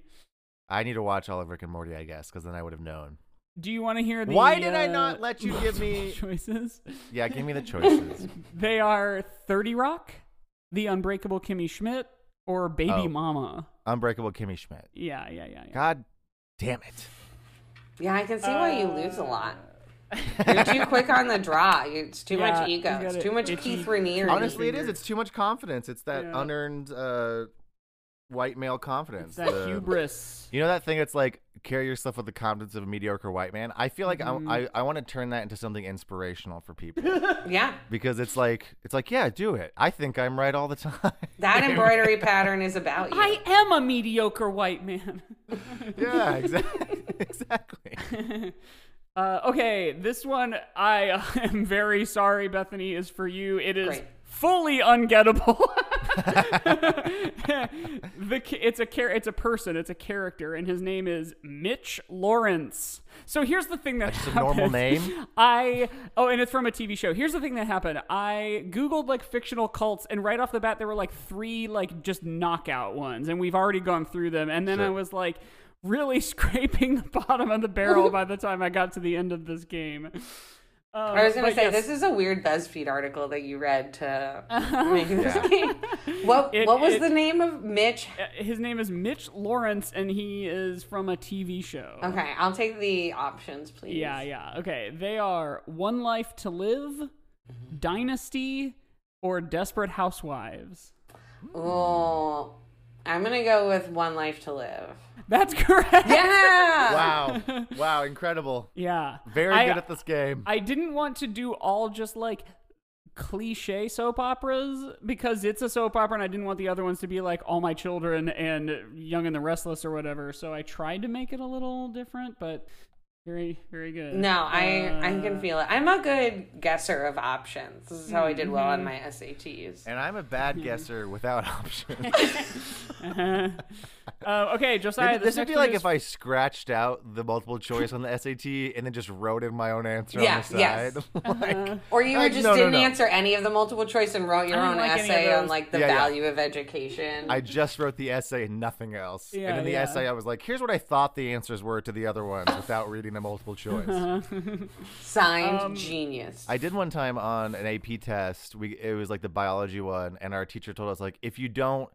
I need to watch all of Rick and Morty, I guess, because then I would have known.
Do you want to hear the?
Why did I
uh,
not let you give me-
choices?
Yeah, give me the choices.
They are Thirty Rock, The Unbreakable Kimmy Schmidt, or Baby
Oh.
Mama.
Unbreakable Kimmy Schmidt.
Yeah, yeah, yeah. yeah.
God damn it.
Yeah, I can see why you lose a lot. You're too quick on the draw. You- It's too
Uh. Yeah,
much
you
ego.
got
It's
it.
too much
Itchy-
Keith Rainier.
Honestly, it
finger.
is. It's too much confidence. It's that
Yeah.
unearned uh, white male confidence.
That
The-
hubris.
You know that thing that's like carry yourself with the confidence of a mediocre white man. I feel like
Mm-hmm.
I, I, I want to turn that into something inspirational for people
Yeah,
because it's like it's like yeah, do it. I think I'm right all the time.
that embroidery pattern is about you.
I am a mediocre white man.
yeah, exactly. exactly.
Uh, okay, this one I am very sorry, Bethany, is for you. It is
Great.
fully ungettable. the ca- it's a char- it's a person, it's a character, and his name is Mitch Lawrence. So here's the thing that
That's a normal
happened.
name?
I oh, and it's from a TV show. Here's the thing that happened. I googled like fictional cults, and right off the bat, there were like three like just knockout ones, and we've already gone through them. And then I was like really scraping the bottom of the barrel by the time I got to the end of this game. Um,
I was going
but
to say
yes,
this is a weird BuzzFeed article that you read to make this game. What
It-
What was
it-
the name of Mitch?
Uh, His name is Mitch Lawrence, and he is from a TV show.
Okay, I'll take the options, please.
Yeah, yeah. Okay. They are One Life to Live,
Mm-hmm.
Dynasty, or Desperate Housewives.
Oh, I'm going to go with One Life to Live.
That's correct.
Yeah.
Wow, wow, incredible.
Yeah.
Very
I-
good at this game.
I didn't want to do all just like cliche soap operas because it's a soap opera and I didn't want the other ones to be like All My Children and Young and the Restless or whatever. So I tried to make it a little different, but very, very good.
No, I I
Uh,
can feel it. I'm a good guesser of options. This is how I did well
Mm-hmm.
on my SATs.
and I'm a bad guesser without options.
Uh, okay, Josiah.
Maybe
This,
this would
next
be
one
like
is
if I scratched out the multiple choice on the SAT and then just wrote in my own answer
Yeah,
on the
yes.
side.
Uh-huh.
like,
Or you
I-
just
no, no,
didn't
no.
answer any of the multiple choice and wrote your
I don't
own
like any of
essay on
those.
like the
Yeah, yeah.
value of education.
I just wrote the essay and nothing else.
Yeah,
and in the
yeah.
essay, I was like, here's what I thought the answers were to the other ones without reading the multiple choice.
Uh-huh.
Signed
Um,
genius.
I did one time on an AP test. We it was like the biology one, and our teacher told us like, if you don't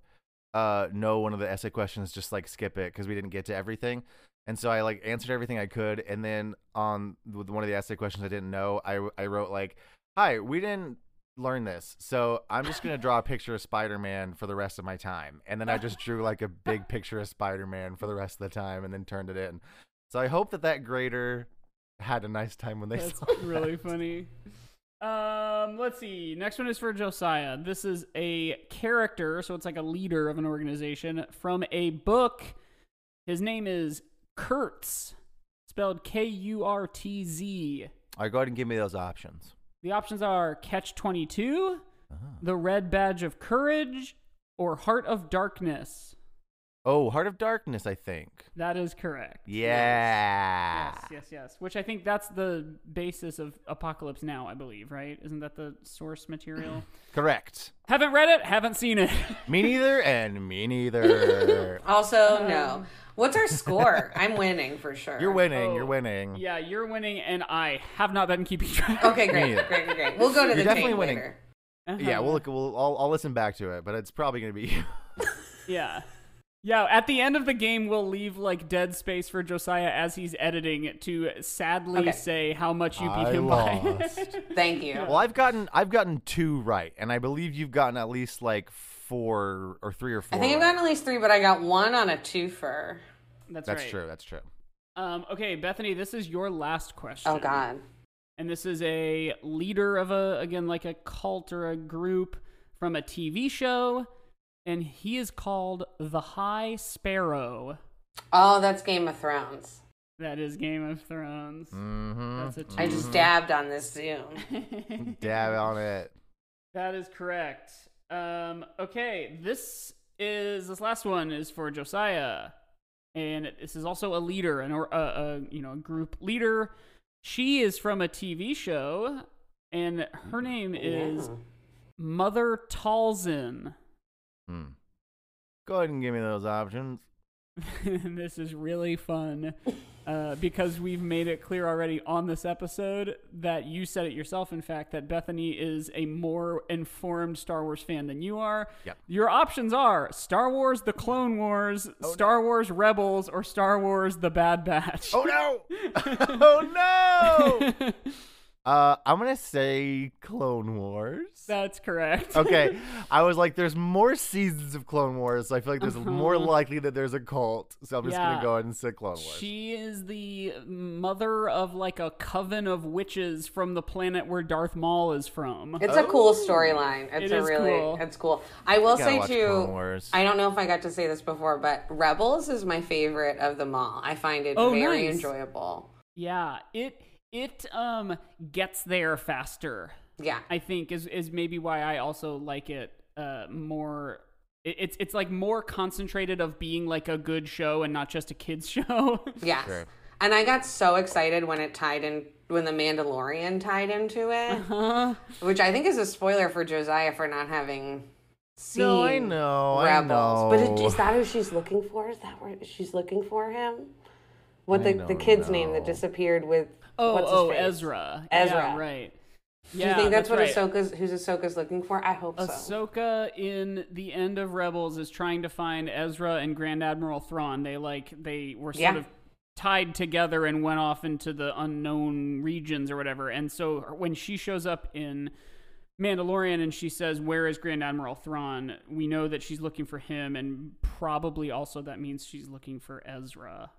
uh, know one of the essay questions, just like skip it because we didn't get to everything. And so I like answered everything I could, and then on with one of the essay questions I didn't know, I I wrote like, "Hi, we didn't learn this, so I'm just gonna draw a picture of Spider-Man for the rest of my time." And then I just drew like a big picture of Spider-Man for the rest of the time, and then turned it in. So I hope that that grader had a nice time when they
That's
saw
really funny. Um, let's see. Next one is for Josiah. This is a character, so it's like a leader of an organization from a book. His name is Kurtz, spelled K U R T Z.
All right, go ahead and give me those options.
The options are Catch 22, The Red Badge of Courage, or Heart of Darkness.
Oh, Heart of Darkness, I think.
That is correct.
Yeah.
Yes, yes, yes. Which I think that's the basis of Apocalypse Now, I believe, right? Isn't that the source material?
Correct.
Haven't read it, haven't seen it.
Me neither, and me neither.
also, no. What's our score? I'm winning for sure.
Um, You're winning. You're
Oh,
winning.
yeah, you're winning, and I have not been keeping track. Uh-huh.
Okay, great,
neither.
great, great, great. We'll go to the
You're definitely
tape
winning.
later.
Yeah, we'll look. We'll. I'll, I'll listen back to it, but it's probably gonna be you.
Yeah. Yeah, at the end of the game, we'll leave like dead space for Josiah as he's editing to sadly
Okay.
say how much you beat
I
him
lost.
Thank you.
well, I've gotten. I've gotten two right, and I believe you've gotten at least like four or three or
I
four.
think I've
right.
gotten at least three, but I got one on a twofer.
by. That's,
That's
right.
true. That's true.
Um, okay, Bethany, this is your last question.
Oh God.
and this is a leader of a again like a cult or a group from a TV show, and he is called the High Sparrow.
Oh, that's Game of Thrones.
That is Game of Thrones.
Mm-hmm.
That's a
I just dabbed on this Zoom.
Dab on it.
That is correct. Um, okay, this is this last one is for Josiah, and it- this is also a leader and or a, a you know a group leader. She is from a TV show, and her name is
Yeah.
Mother Talzin.
Hmm. Go ahead and give me those options.
this is really fun. uh, because we've made it clear already on this episode that you said it yourself, in fact, that Bethany is a more informed Star Wars fan than you are.
Yep. Oh,
Your options are Star Wars The Clone Wars, Star Wars Rebels, or Star Wars The Bad Batch.
Oh no! oh no! uh, I'm gonna say Clone Wars.
That's correct.
okay, I was like, there's more seasons of Clone Wars. So I feel like there's more likely that there's a cult. So I'm just
Uh-huh. Yeah.
gonna go ahead and say Clone Wars.
She is the mother of like a coven of witches from the planet where Darth Maul is from.
It's
Oh.
a cool storyline. It's
It
a
is
really
cool.
it's cool. I will
gotta
say
watch Clone
too.
Wars.
I don't know if I got to say this before, but Rebels is my favorite of them all. I find it
Oh,
very
nice.
enjoyable.
yeah, it it um gets there faster.
Yeah.
I think is is maybe why I also like it uh more it- it's it's like more concentrated of being like a good show and not just a kids show.
Yes. And I got so excited when it tied in when the Mandalorian tied into it,
Oh,
which I think is a spoiler for Josiah for not having seen
No, I know, I know.
Rebels. But it, is that who she's looking for? Is that where she's looking for him? What the, the
don't
kid's name that
know.
disappeared with
oh,
what's his
oh,
face?
Ezra. Yeah,
Ezra.
right.
Do
Yeah,
you think that's, what
right.
Ahsoka's who's Ahsoka's looking for? I hope so.
Ahsoka in the end of Rebels is trying to find Ezra and Grand Admiral Thrawn. They like they were sort
Yeah.
of tied together and went off into the unknown regions or whatever. And so when she shows up in Mandalorian and she says, "Where is Grand Admiral Thrawn?" We know that she's looking for him, and probably also that means she's looking for Ezra.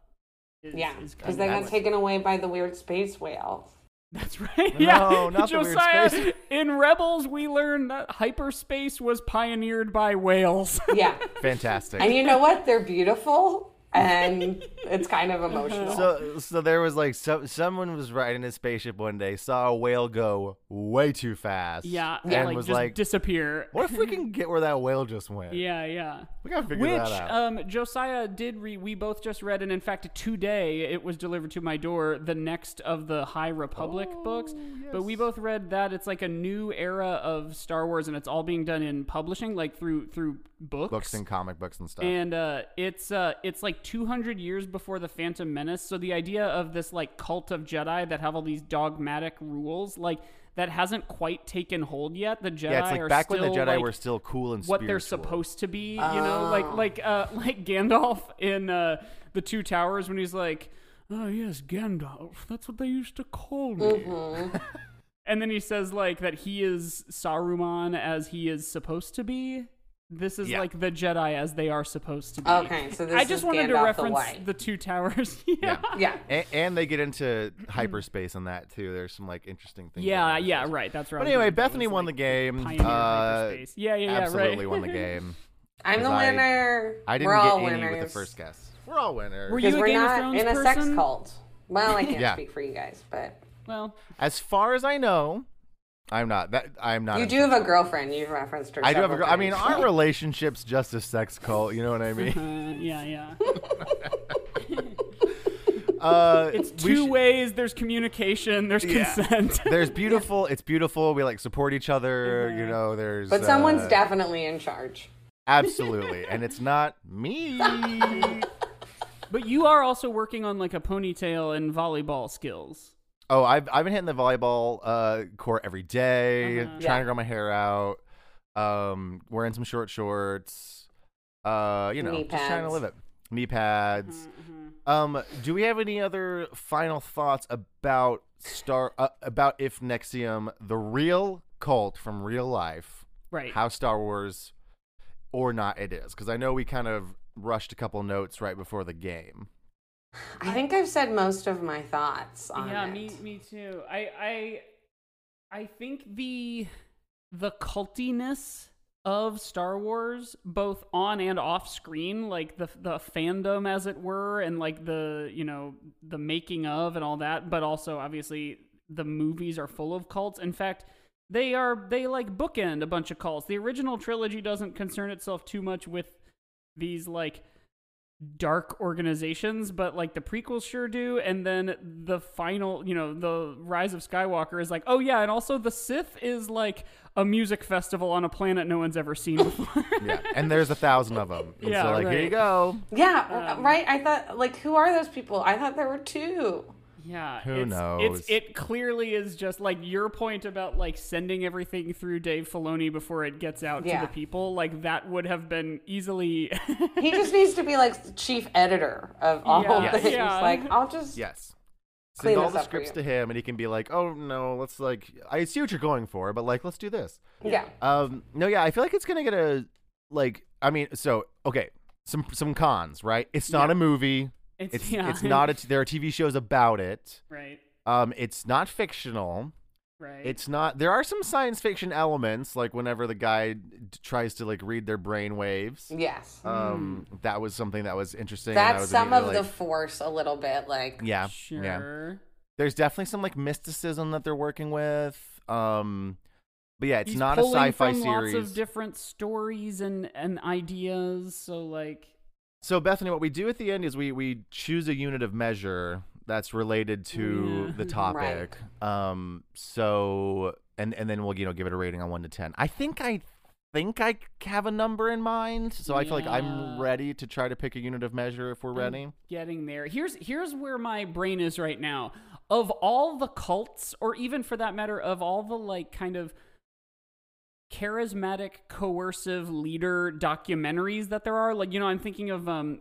Is-
Yeah,
is
because
kinda
they got
what-
taken away by the weird space whale.
that's right. yeah.
not the weird
Josiah,
space.
in Rebels, we learned that hyperspace was pioneered by whales.
Yeah,
Fantastic.
and you know what? They're beautiful, and it's kind of emotional.
so, so there was like so, someone was riding a spaceship one day, saw a whale go way too fast.
Yeah,
and
like
was
just
like,
disappear.
"What if we can get where that whale just went?"
Yeah, yeah.
we gotta figure
Which
that out.
um, Josiah did re We both just read, and in fact, today it was delivered to my door. The next of the High Republic books, but we both read that it's like a new era of Star Wars, and it's all being done in publishing, like through through books.
Books and comic books and stuff.
and uh, it's uh, it's like 200 years before the Phantom Menace. So the idea of this like cult of Jedi that have all these dogmatic rules, like that hasn't quite taken hold yet. The Jedi
yeah, it's like
are
back when the
still,
Jedi
like,
were still cool and
what they're
spiritual.
supposed to be. You
Oh.
know, like like uh, like Gandalf in uh, the Two Towers when he's like, "Oh yes, Gandalf. That's what they used to call me."
Mm-hmm.
and then he says like that he is Saruman as he is supposed to be. This is
Yeah.
like the Jedi as they are supposed to be.
Okay, so this
I just
is
wanted
Gandalf
to
the
reference
White.
Two Towers. yeah. yeah.
yeah,
And, and they get into hyperspace on that too. There's some like interesting things.
Yeah,
about hyperspace.
right. That's right.
But anyway, Bethany won the game.
pioneered
Uh,
hyperspace. Yeah, yeah, yeah, right.
Absolutely won the game.
I'm the
'Cause I-
winner.
I didn't
We're all
get any
winners.
with the first guess. We're all winners.
Were you-
because
a
we're
Game of
not
Thrones
in a sex
person?
cult. Well, I can't
Yeah.
speak for you guys, but
well,
As far as I know, I'm not. That I'm not.
you
in
do have a girlfriend. You've referenced her.
I do have a girl.
several
I mean,
times.
our relationship's just a sex cult. You know what I
uh,
mean?
yeah, yeah.
Uh,
It's
we
two
sh-
ways. There's communication. There's
Yeah.
consent.
There's beautiful. It's beautiful. We like support each other. You know, there's.
but someone's
uh,
definitely in charge.
Absolutely, and it's not me.
But you are also working on like a ponytail and volleyball skills.
oh, I've I've been hitting the volleyball uh, court every day,
Mm-hmm.
trying
Yeah.
to grow my hair out, um, wearing some short shorts. Uh, you know,
Knee
just trying to
pads. Mm-hmm.
live it. Knee pads. Um, do we have any other final thoughts about Star uh, about If Nexium, the real cult from real life,
Right.
how Star Wars or not it is? Because I know we kind of rushed a couple notes right before the game.
I think I've said most of my thoughts on
yeah,
it.
me me too. I I I think the the cultiness of Star Wars, both on and off screen, like the the fandom as it were, and like the you know the making of and all that, but also obviously the movies are full of cults. In fact, they are they like bookend a bunch of cults. The original trilogy doesn't concern itself too much with these like dark organizations, but like the prequels sure do. And then the final, you know, the Rise of Skywalker is like, oh yeah, and also the Sith is like a music festival on a planet no one's ever seen before.
yeah, and there's a thousand of them. And
Yeah,
so like here
right.
you go.
Yeah,
um,
uh, right. I thought, like, who are those people? I thought there were two.
yeah,
Who
it's,
knows?
It's, it clearly is just like your point about like sending everything through Dave Filoni before it gets out
Yeah.
to the people. Like that would have been easily.
He just needs to be like chief editor of all
Yeah.
things.
Yeah.
Like, I'll just
Yes.
Clean
Send all
this
the
up for
scripts
you.
to him, and he can be like, "Oh no, let's like, I see what you're going for, but like, let's do this."
yeah.
Um, no, yeah, I feel like it's gonna get a like. I mean, so okay, some some cons, right? It's not a movie.
It's-
It's
yeah.
it's not. A t- there are TV shows about it.
right.
Um, it's not fictional.
Right.
It's not. There are some science fiction elements, like whenever the guy d- tries to like read their brain waves.
Yes.
Um, that was something that was interesting. and I
Mm. That's
was
some of
immediately
the force a little bit.
like,
Like,
yeah,
sure.
yeah. there's definitely some like mysticism that they're working with. Um, but yeah, it's
He's
not a
pulling
sci-fi
from
series.
Lots of different stories and and ideas. So like,
so Bethany, what we do at the end is we we choose a unit of measure that's related to
Yeah.
the
Right.
topic. Um, so and and then we'll you know give it a rating on one to ten. I think I think I have a number in mind, so I feel like I'm
Yeah. Mm.
ready to try to pick a unit of measure if we're ready.
getting there. Here's here's where my brain is right now. Of all the cults, or even for that matter, of all the like kind of charismatic, coercive leader documentaries that there are, like you know, I'm thinking of um,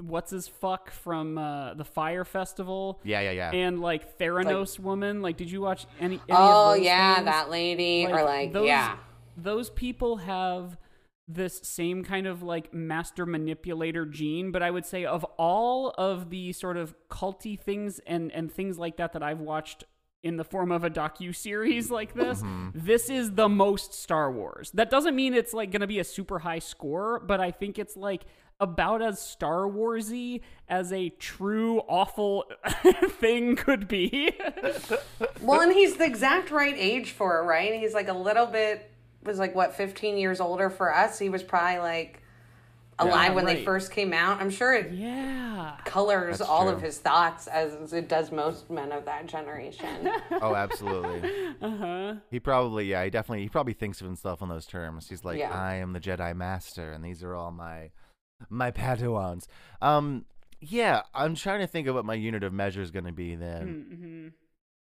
what's his fuck from uh, the Fire Festival.
yeah, yeah, yeah.
And like Theranos woman, like, did you watch any? any
oh
of those
yeah,
things?
that lady, or like,
those,
yeah,
those people have this same kind of like master manipulator gene but i would say of all of the sort of culty things and and things like that that i've watched in the form of a docu series like this this is the most star wars that doesn't mean it's like going to be a super high score but i think it's like about as star warsy as a true awful thing could be
Well, and he's the exact right age for it, right? He's like a little bit was like what 15 years older for us. He was probably like alive when they
right.
first came out. I'm sure it
yeah
colors
That's
all
true.
of his thoughts as it does most men of that generation.
Oh, absolutely. uh-huh. He probably, yeah, he definitely, he probably thinks of himself in those terms. He's like,
Yeah.
I am the Jedi Master, and these are all my, my Padawans. Um, yeah, I'm trying to think of what my unit of measure is going to be. Then
Mm-hmm.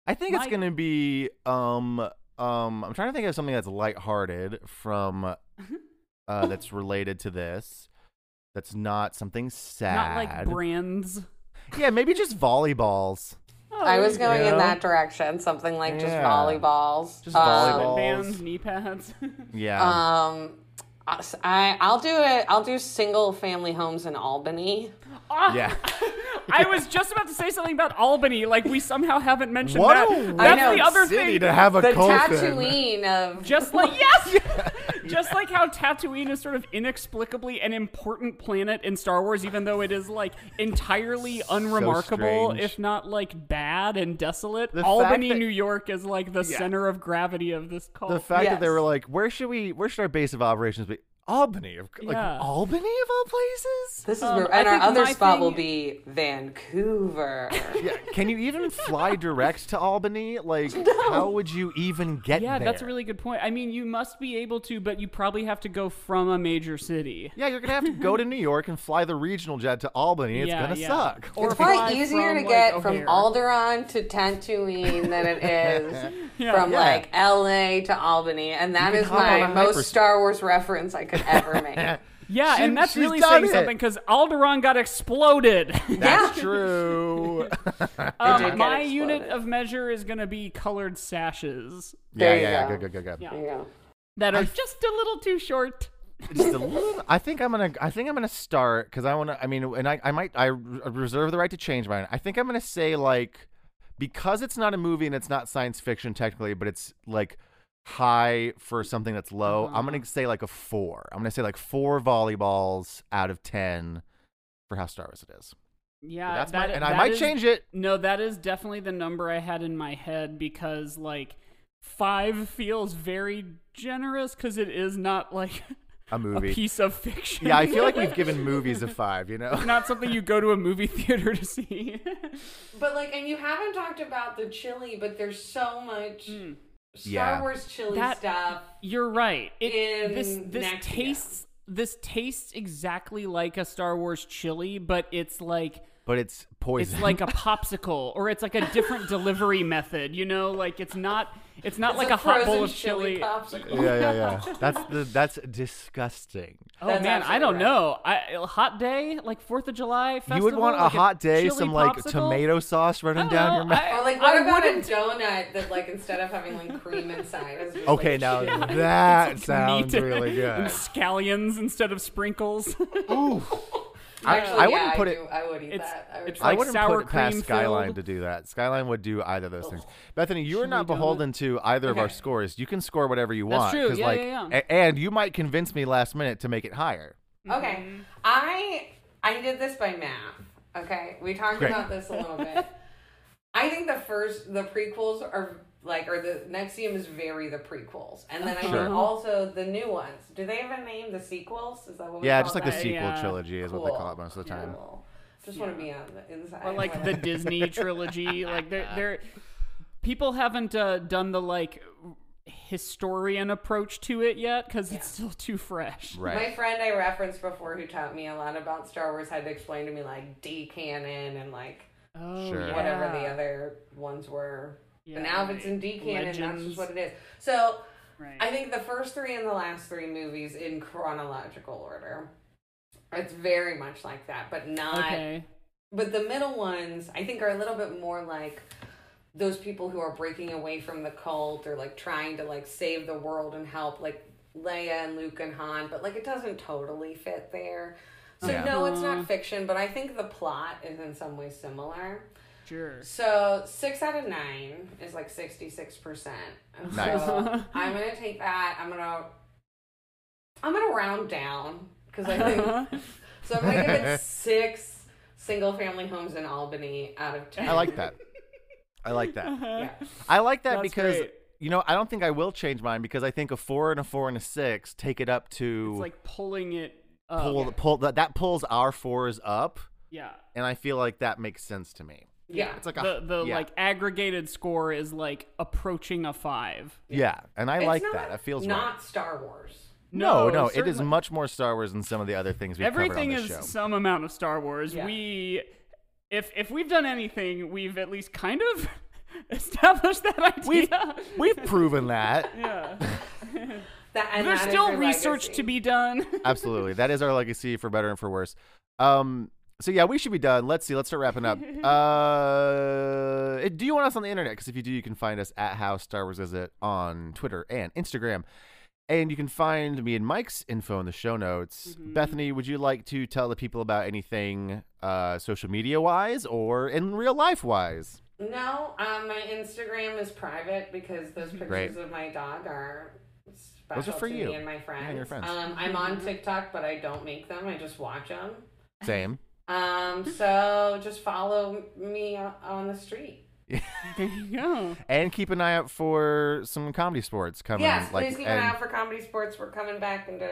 I think it's
Hmm. My-
going to be, um, um, I'm trying to think of something that's lighthearted from,
Mm-hmm.
uh, that's related to this. That's not something sad.
not like brands
yeah, maybe just volleyballs.
I was going
Yeah.
in that direction, something like just
Yeah.
volleyballs.
Just volleyball.
Bands, knee pads.
Yeah.
Um, I I'll do it. I'll do single family homes in Albany.
Uh,
yeah.
I was just about to say something about Albany. Like we somehow haven't mentioned
What
that.
a
That's
weird
the other
city
thing.
to have a
The
cult in.
Tatooine of
just like yes, just like how Tatooine is sort of inexplicably an important planet in Star Wars, even though it is like entirely unremarkable,
strange.
if not like bad and desolate.
The fact
Albany,
that-
New York, is like the center of gravity of this cult.
the fact that they
Yes.
were like, where should we, where should our base of operations be? Albany, of, like
Yeah.
Albany of all places.
This is
Um,
where,
I
and our
think
other
my
spot will
thing-
be Vancouver.
Yeah, can you even fly direct to Albany? Like, how would you even get
yeah,
there?
that's a really good point. I mean, you must be able to, but you probably have to go from a major city.
Yeah, you're gonna have to go to New York and fly the regional jet to Albany. It's
Yeah,
gonna
yeah.
suck.
Or
it's
fly
probably easier
from,
to
like,
get from
O'Hare.
Alderaan to Tatooine than it is from
Yeah.
like LA to Albany, and that
can
is
hop on
my
a
most
hyper-
Star Wars reference I could ever make. yeah,
Yeah,
She-
and that's
she's
really
done
saying
it.
something because Alderaan got exploded.
That's true.
Um,
did get
my
exploded.
unit of measure is going to be colored sashes
yeah,
you
yeah,
go.
good, good, good, good.
Yeah.
There you go.
that are just a little too short.
Just a little. I think I'm gonna. I think I'm gonna start because I want to. I mean, and I, I might. I r- reserve the right to change mine. I think I'm gonna say like because it's not a movie and it's not science fiction technically, but it's like high for something that's low. I'm
Uh-huh.
gonna say like a four. I'm gonna say like four volleyballs out of ten for how Star Wars it is.
Yeah,
that's
Uh, that-
my, and I
that
might
is-
change it.
No, that is definitely the number I had in my head because like five feels very generous because it is not like
a movie.
a piece of fiction.
yeah, I feel like we've given movies a five. You know,
not something you go to a movie theater to see.
But like, and you haven't talked about the chili, but there's so much Star
Yeah.
Wars chili
Hmm. That-
stuff.
You're right. It,
In
this this
Next Gen.
tastes this tastes exactly like a Star Wars chili, but it's like
but it's poison.
it's like a popsicle or it's like a different delivery method. You know, like it's not it's not
It's
like
a
a, hot bowl
frozen
of chili.
popsicle.
yeah, yeah, yeah. That's the that's disgusting.
Oh
That's
man, I
absolutely
don't
right.
know. I, a hot day, like Fourth of July. Festival,
you would want a
like
hot day,
chili
some like
popsicle? Oh,
tomato sauce
I
running
don't
down
know.
your mouth.
I-
Or like, what
I
about a
wouldn't-
donut that like instead of having like cream inside, is just,
Okay,
like,
now
chili?
that
It's like
sounds
meat
really
and
good.
scallions instead of sprinkles.
Ooh,
Actually,
I
yeah,
wouldn't put
I
it-
do. I would eat
It's-
that. I would
it's
try
I
like
wouldn't
sour
put it past
cream
Skyline
filled. Oh,
to do that. Skyline would do either of those things. Bethany, you are not
Chili donut.
beholden to either of our
Okay.
scores. You can score whatever you
That's
want.
true.
'cause,
Yeah,
like,
yeah, yeah.
a- and you might convince me last minute to make it higher.
Okay. I I did this by math. Okay. We talked
Great.
about this a little bit. I think the first the prequels are like or the Nexium is very the prequels. And then I
Sure.
think also the new ones. Do they have a name? The sequels? Is that what we
Yeah,
call
just like the
that?
I,
sequel
uh,
trilogy is what they
Cool.
call it most of the time.
Cool. Just want to be on the inside.
or like the Disney trilogy. Like they're they're people haven't uh, done the like historian approach to it yet because it's still too fresh.
Right.
My friend I referenced before who taught me a lot about Star Wars had to explain to me like D canon and like
Oh,
Sure.
yeah.
whatever the other ones were.
Yeah,
but now if it's in D
right.
canon, that's
Legends.
just what it is. So
Right.
I think the first three and the last three movies in chronological order. It's very much like that, but not.
okay.
But the middle ones, I think, are a little bit more like those people who are breaking away from the cult or like trying to like save the world and help, like Leia and Luke and Han. But like, it doesn't totally fit there. So
Yeah.
no, it's
Mm.
not fiction, but I think the plot is in some way similar.
Sure.
So six out of nine is like sixty six percent.
Nice.
So I'm gonna take that. I'm gonna I'm gonna round down because I think so. I'm gonna give it six single family homes in Albany out of ten.
I like that. I like that.
Yeah.
I like that
That's
because
great.
you know I don't think I will change mine because I think a four and a four and a six take it up
It's
to
like pulling it. Up.
pull pull that that pulls our fours up,
Yeah.
and I feel like that makes sense to me.
Yeah.
It's like
The
a,
the
yeah.
like aggregated score is like approaching a five.
yeah, and I
It's
like
not-
that. That feels
not
right.
Star Wars.
No,
No, no, it is
certainly-
much more Star Wars than some of the other things we've
Everything
covered on
is
this show.
some amount of Star Wars.
Yeah.
We, if if we've done anything, we've at least kind of established that idea.
We've we've proven that
yeah.
That and
There's
that is
still
your
research
legacy.
to be done.
absolutely. That is our legacy for better and for worse. Um. So yeah, we should be done. Let's see. Let's start wrapping up. Uh, do you want us on the internet? Because if you do, you can find us at How Star Wars Is It on Twitter and Instagram, and you can find me and Mike's info in the show notes.
Mm-hmm.
Bethany, would you like to tell the people about anything, uh, social media wise or in real life wise?
No, um, my Instagram is private because those pictures
Great.
of my dog are special
Those are for
to
you.
me and my friends.
and your friends. Mm-hmm.
Um, I'm on TikTok, but I don't make them. I just watch them.
Same. Mm-hmm.
Um, so just follow me o- on the street.
there you go.
And keep an eye out for some comedy sports coming.
yes,
like,
please keep an eye
and-
out for comedy sports. We're coming back into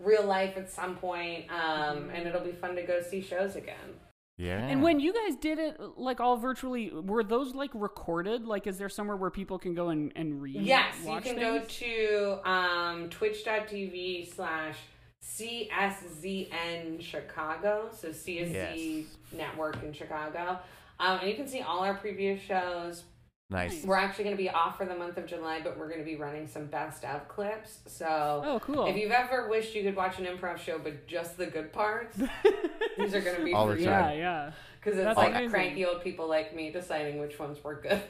real life at some point, um,
Mm-hmm.
and it'll be fun to go see shows again.
Yeah.
And when you guys did it, like all virtually, were those like recorded? Like, is there somewhere where people can go and and read?
Yes, you
watch
can
things?
go to um, twitch.tv slash CSZN Chicago. So CSZ
Yes.
Network in Chicago. Um, and you can see all our previous shows.
nice.
We're actually going to be off for the month of July, but we're going to be running some best of clips. So
Oh, cool.
if you've ever wished you could watch an improv show, but just the good parts, these are going to be
All the
for you.
time.
yeah, yeah.
Because it's
That's
like
amazing.
cranky old people like me deciding which ones were good.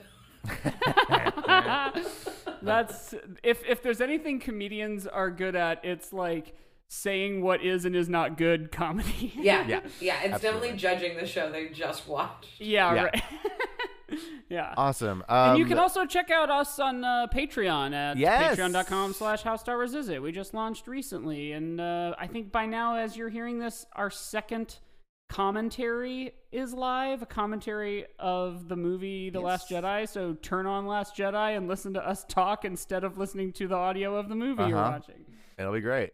That's if if there's anything comedians are good at, it's like saying what is and is not good comedy.
Yeah.
Yeah.
Yeah. It's definitely judging the show they just watched.
yeah,
Yeah.
right. yeah.
Awesome. Um,
and you can also check out us on uh, Patreon at
Yes.
patreon.com slash how Star Wars is it. We just launched recently. And uh, I think by now, as you're hearing this, our second commentary is live, a commentary of the movie The Last Jedi. So turn on Last Jedi and listen to us talk instead of listening to the audio of the movie you're
Uh-huh.
watching.
It'll be great.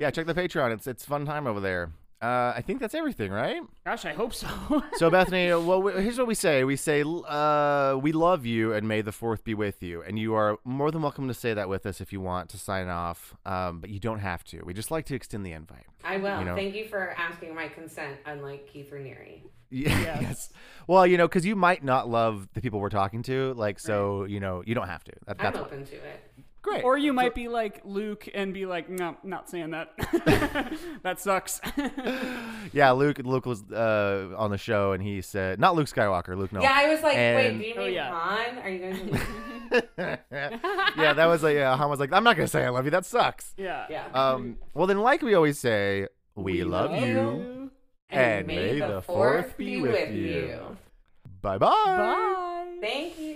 yeah, check the Patreon. It's it's fun time over there. Uh, I think that's everything, right?
Gosh, I hope so.
So Bethany, uh, well, we- here's what we say: we say uh, we love you, and may the fourth be with you. And you are more than welcome to say that with us if you want to sign off, um, but you don't have to. We just like to extend the invite.
I will.
You know.
Thank you for asking my consent, unlike Keith Raniere.
Yeah, yes. Well, you know, because you might not love the people we're talking to, like so. You know, you don't have to. That,
I'm
that's
open to it.
great.
or you might be like Luke and be like, no, not saying that. that sucks.
yeah, Luke. Luke was uh, on the show, and he said, "Not Luke Skywalker, Luke Nolan."
Yeah, I was like,
And-
wait, do you
Oh,
mean
yeah.
Han? Are you guys?
yeah, that was like yeah. Han was like, "I'm not gonna say I love you. That sucks."
yeah.
yeah.
Um, well, then, like we always say, we, love, you. And may the fourth be with you. Bye-bye.
Bye.
Thank you.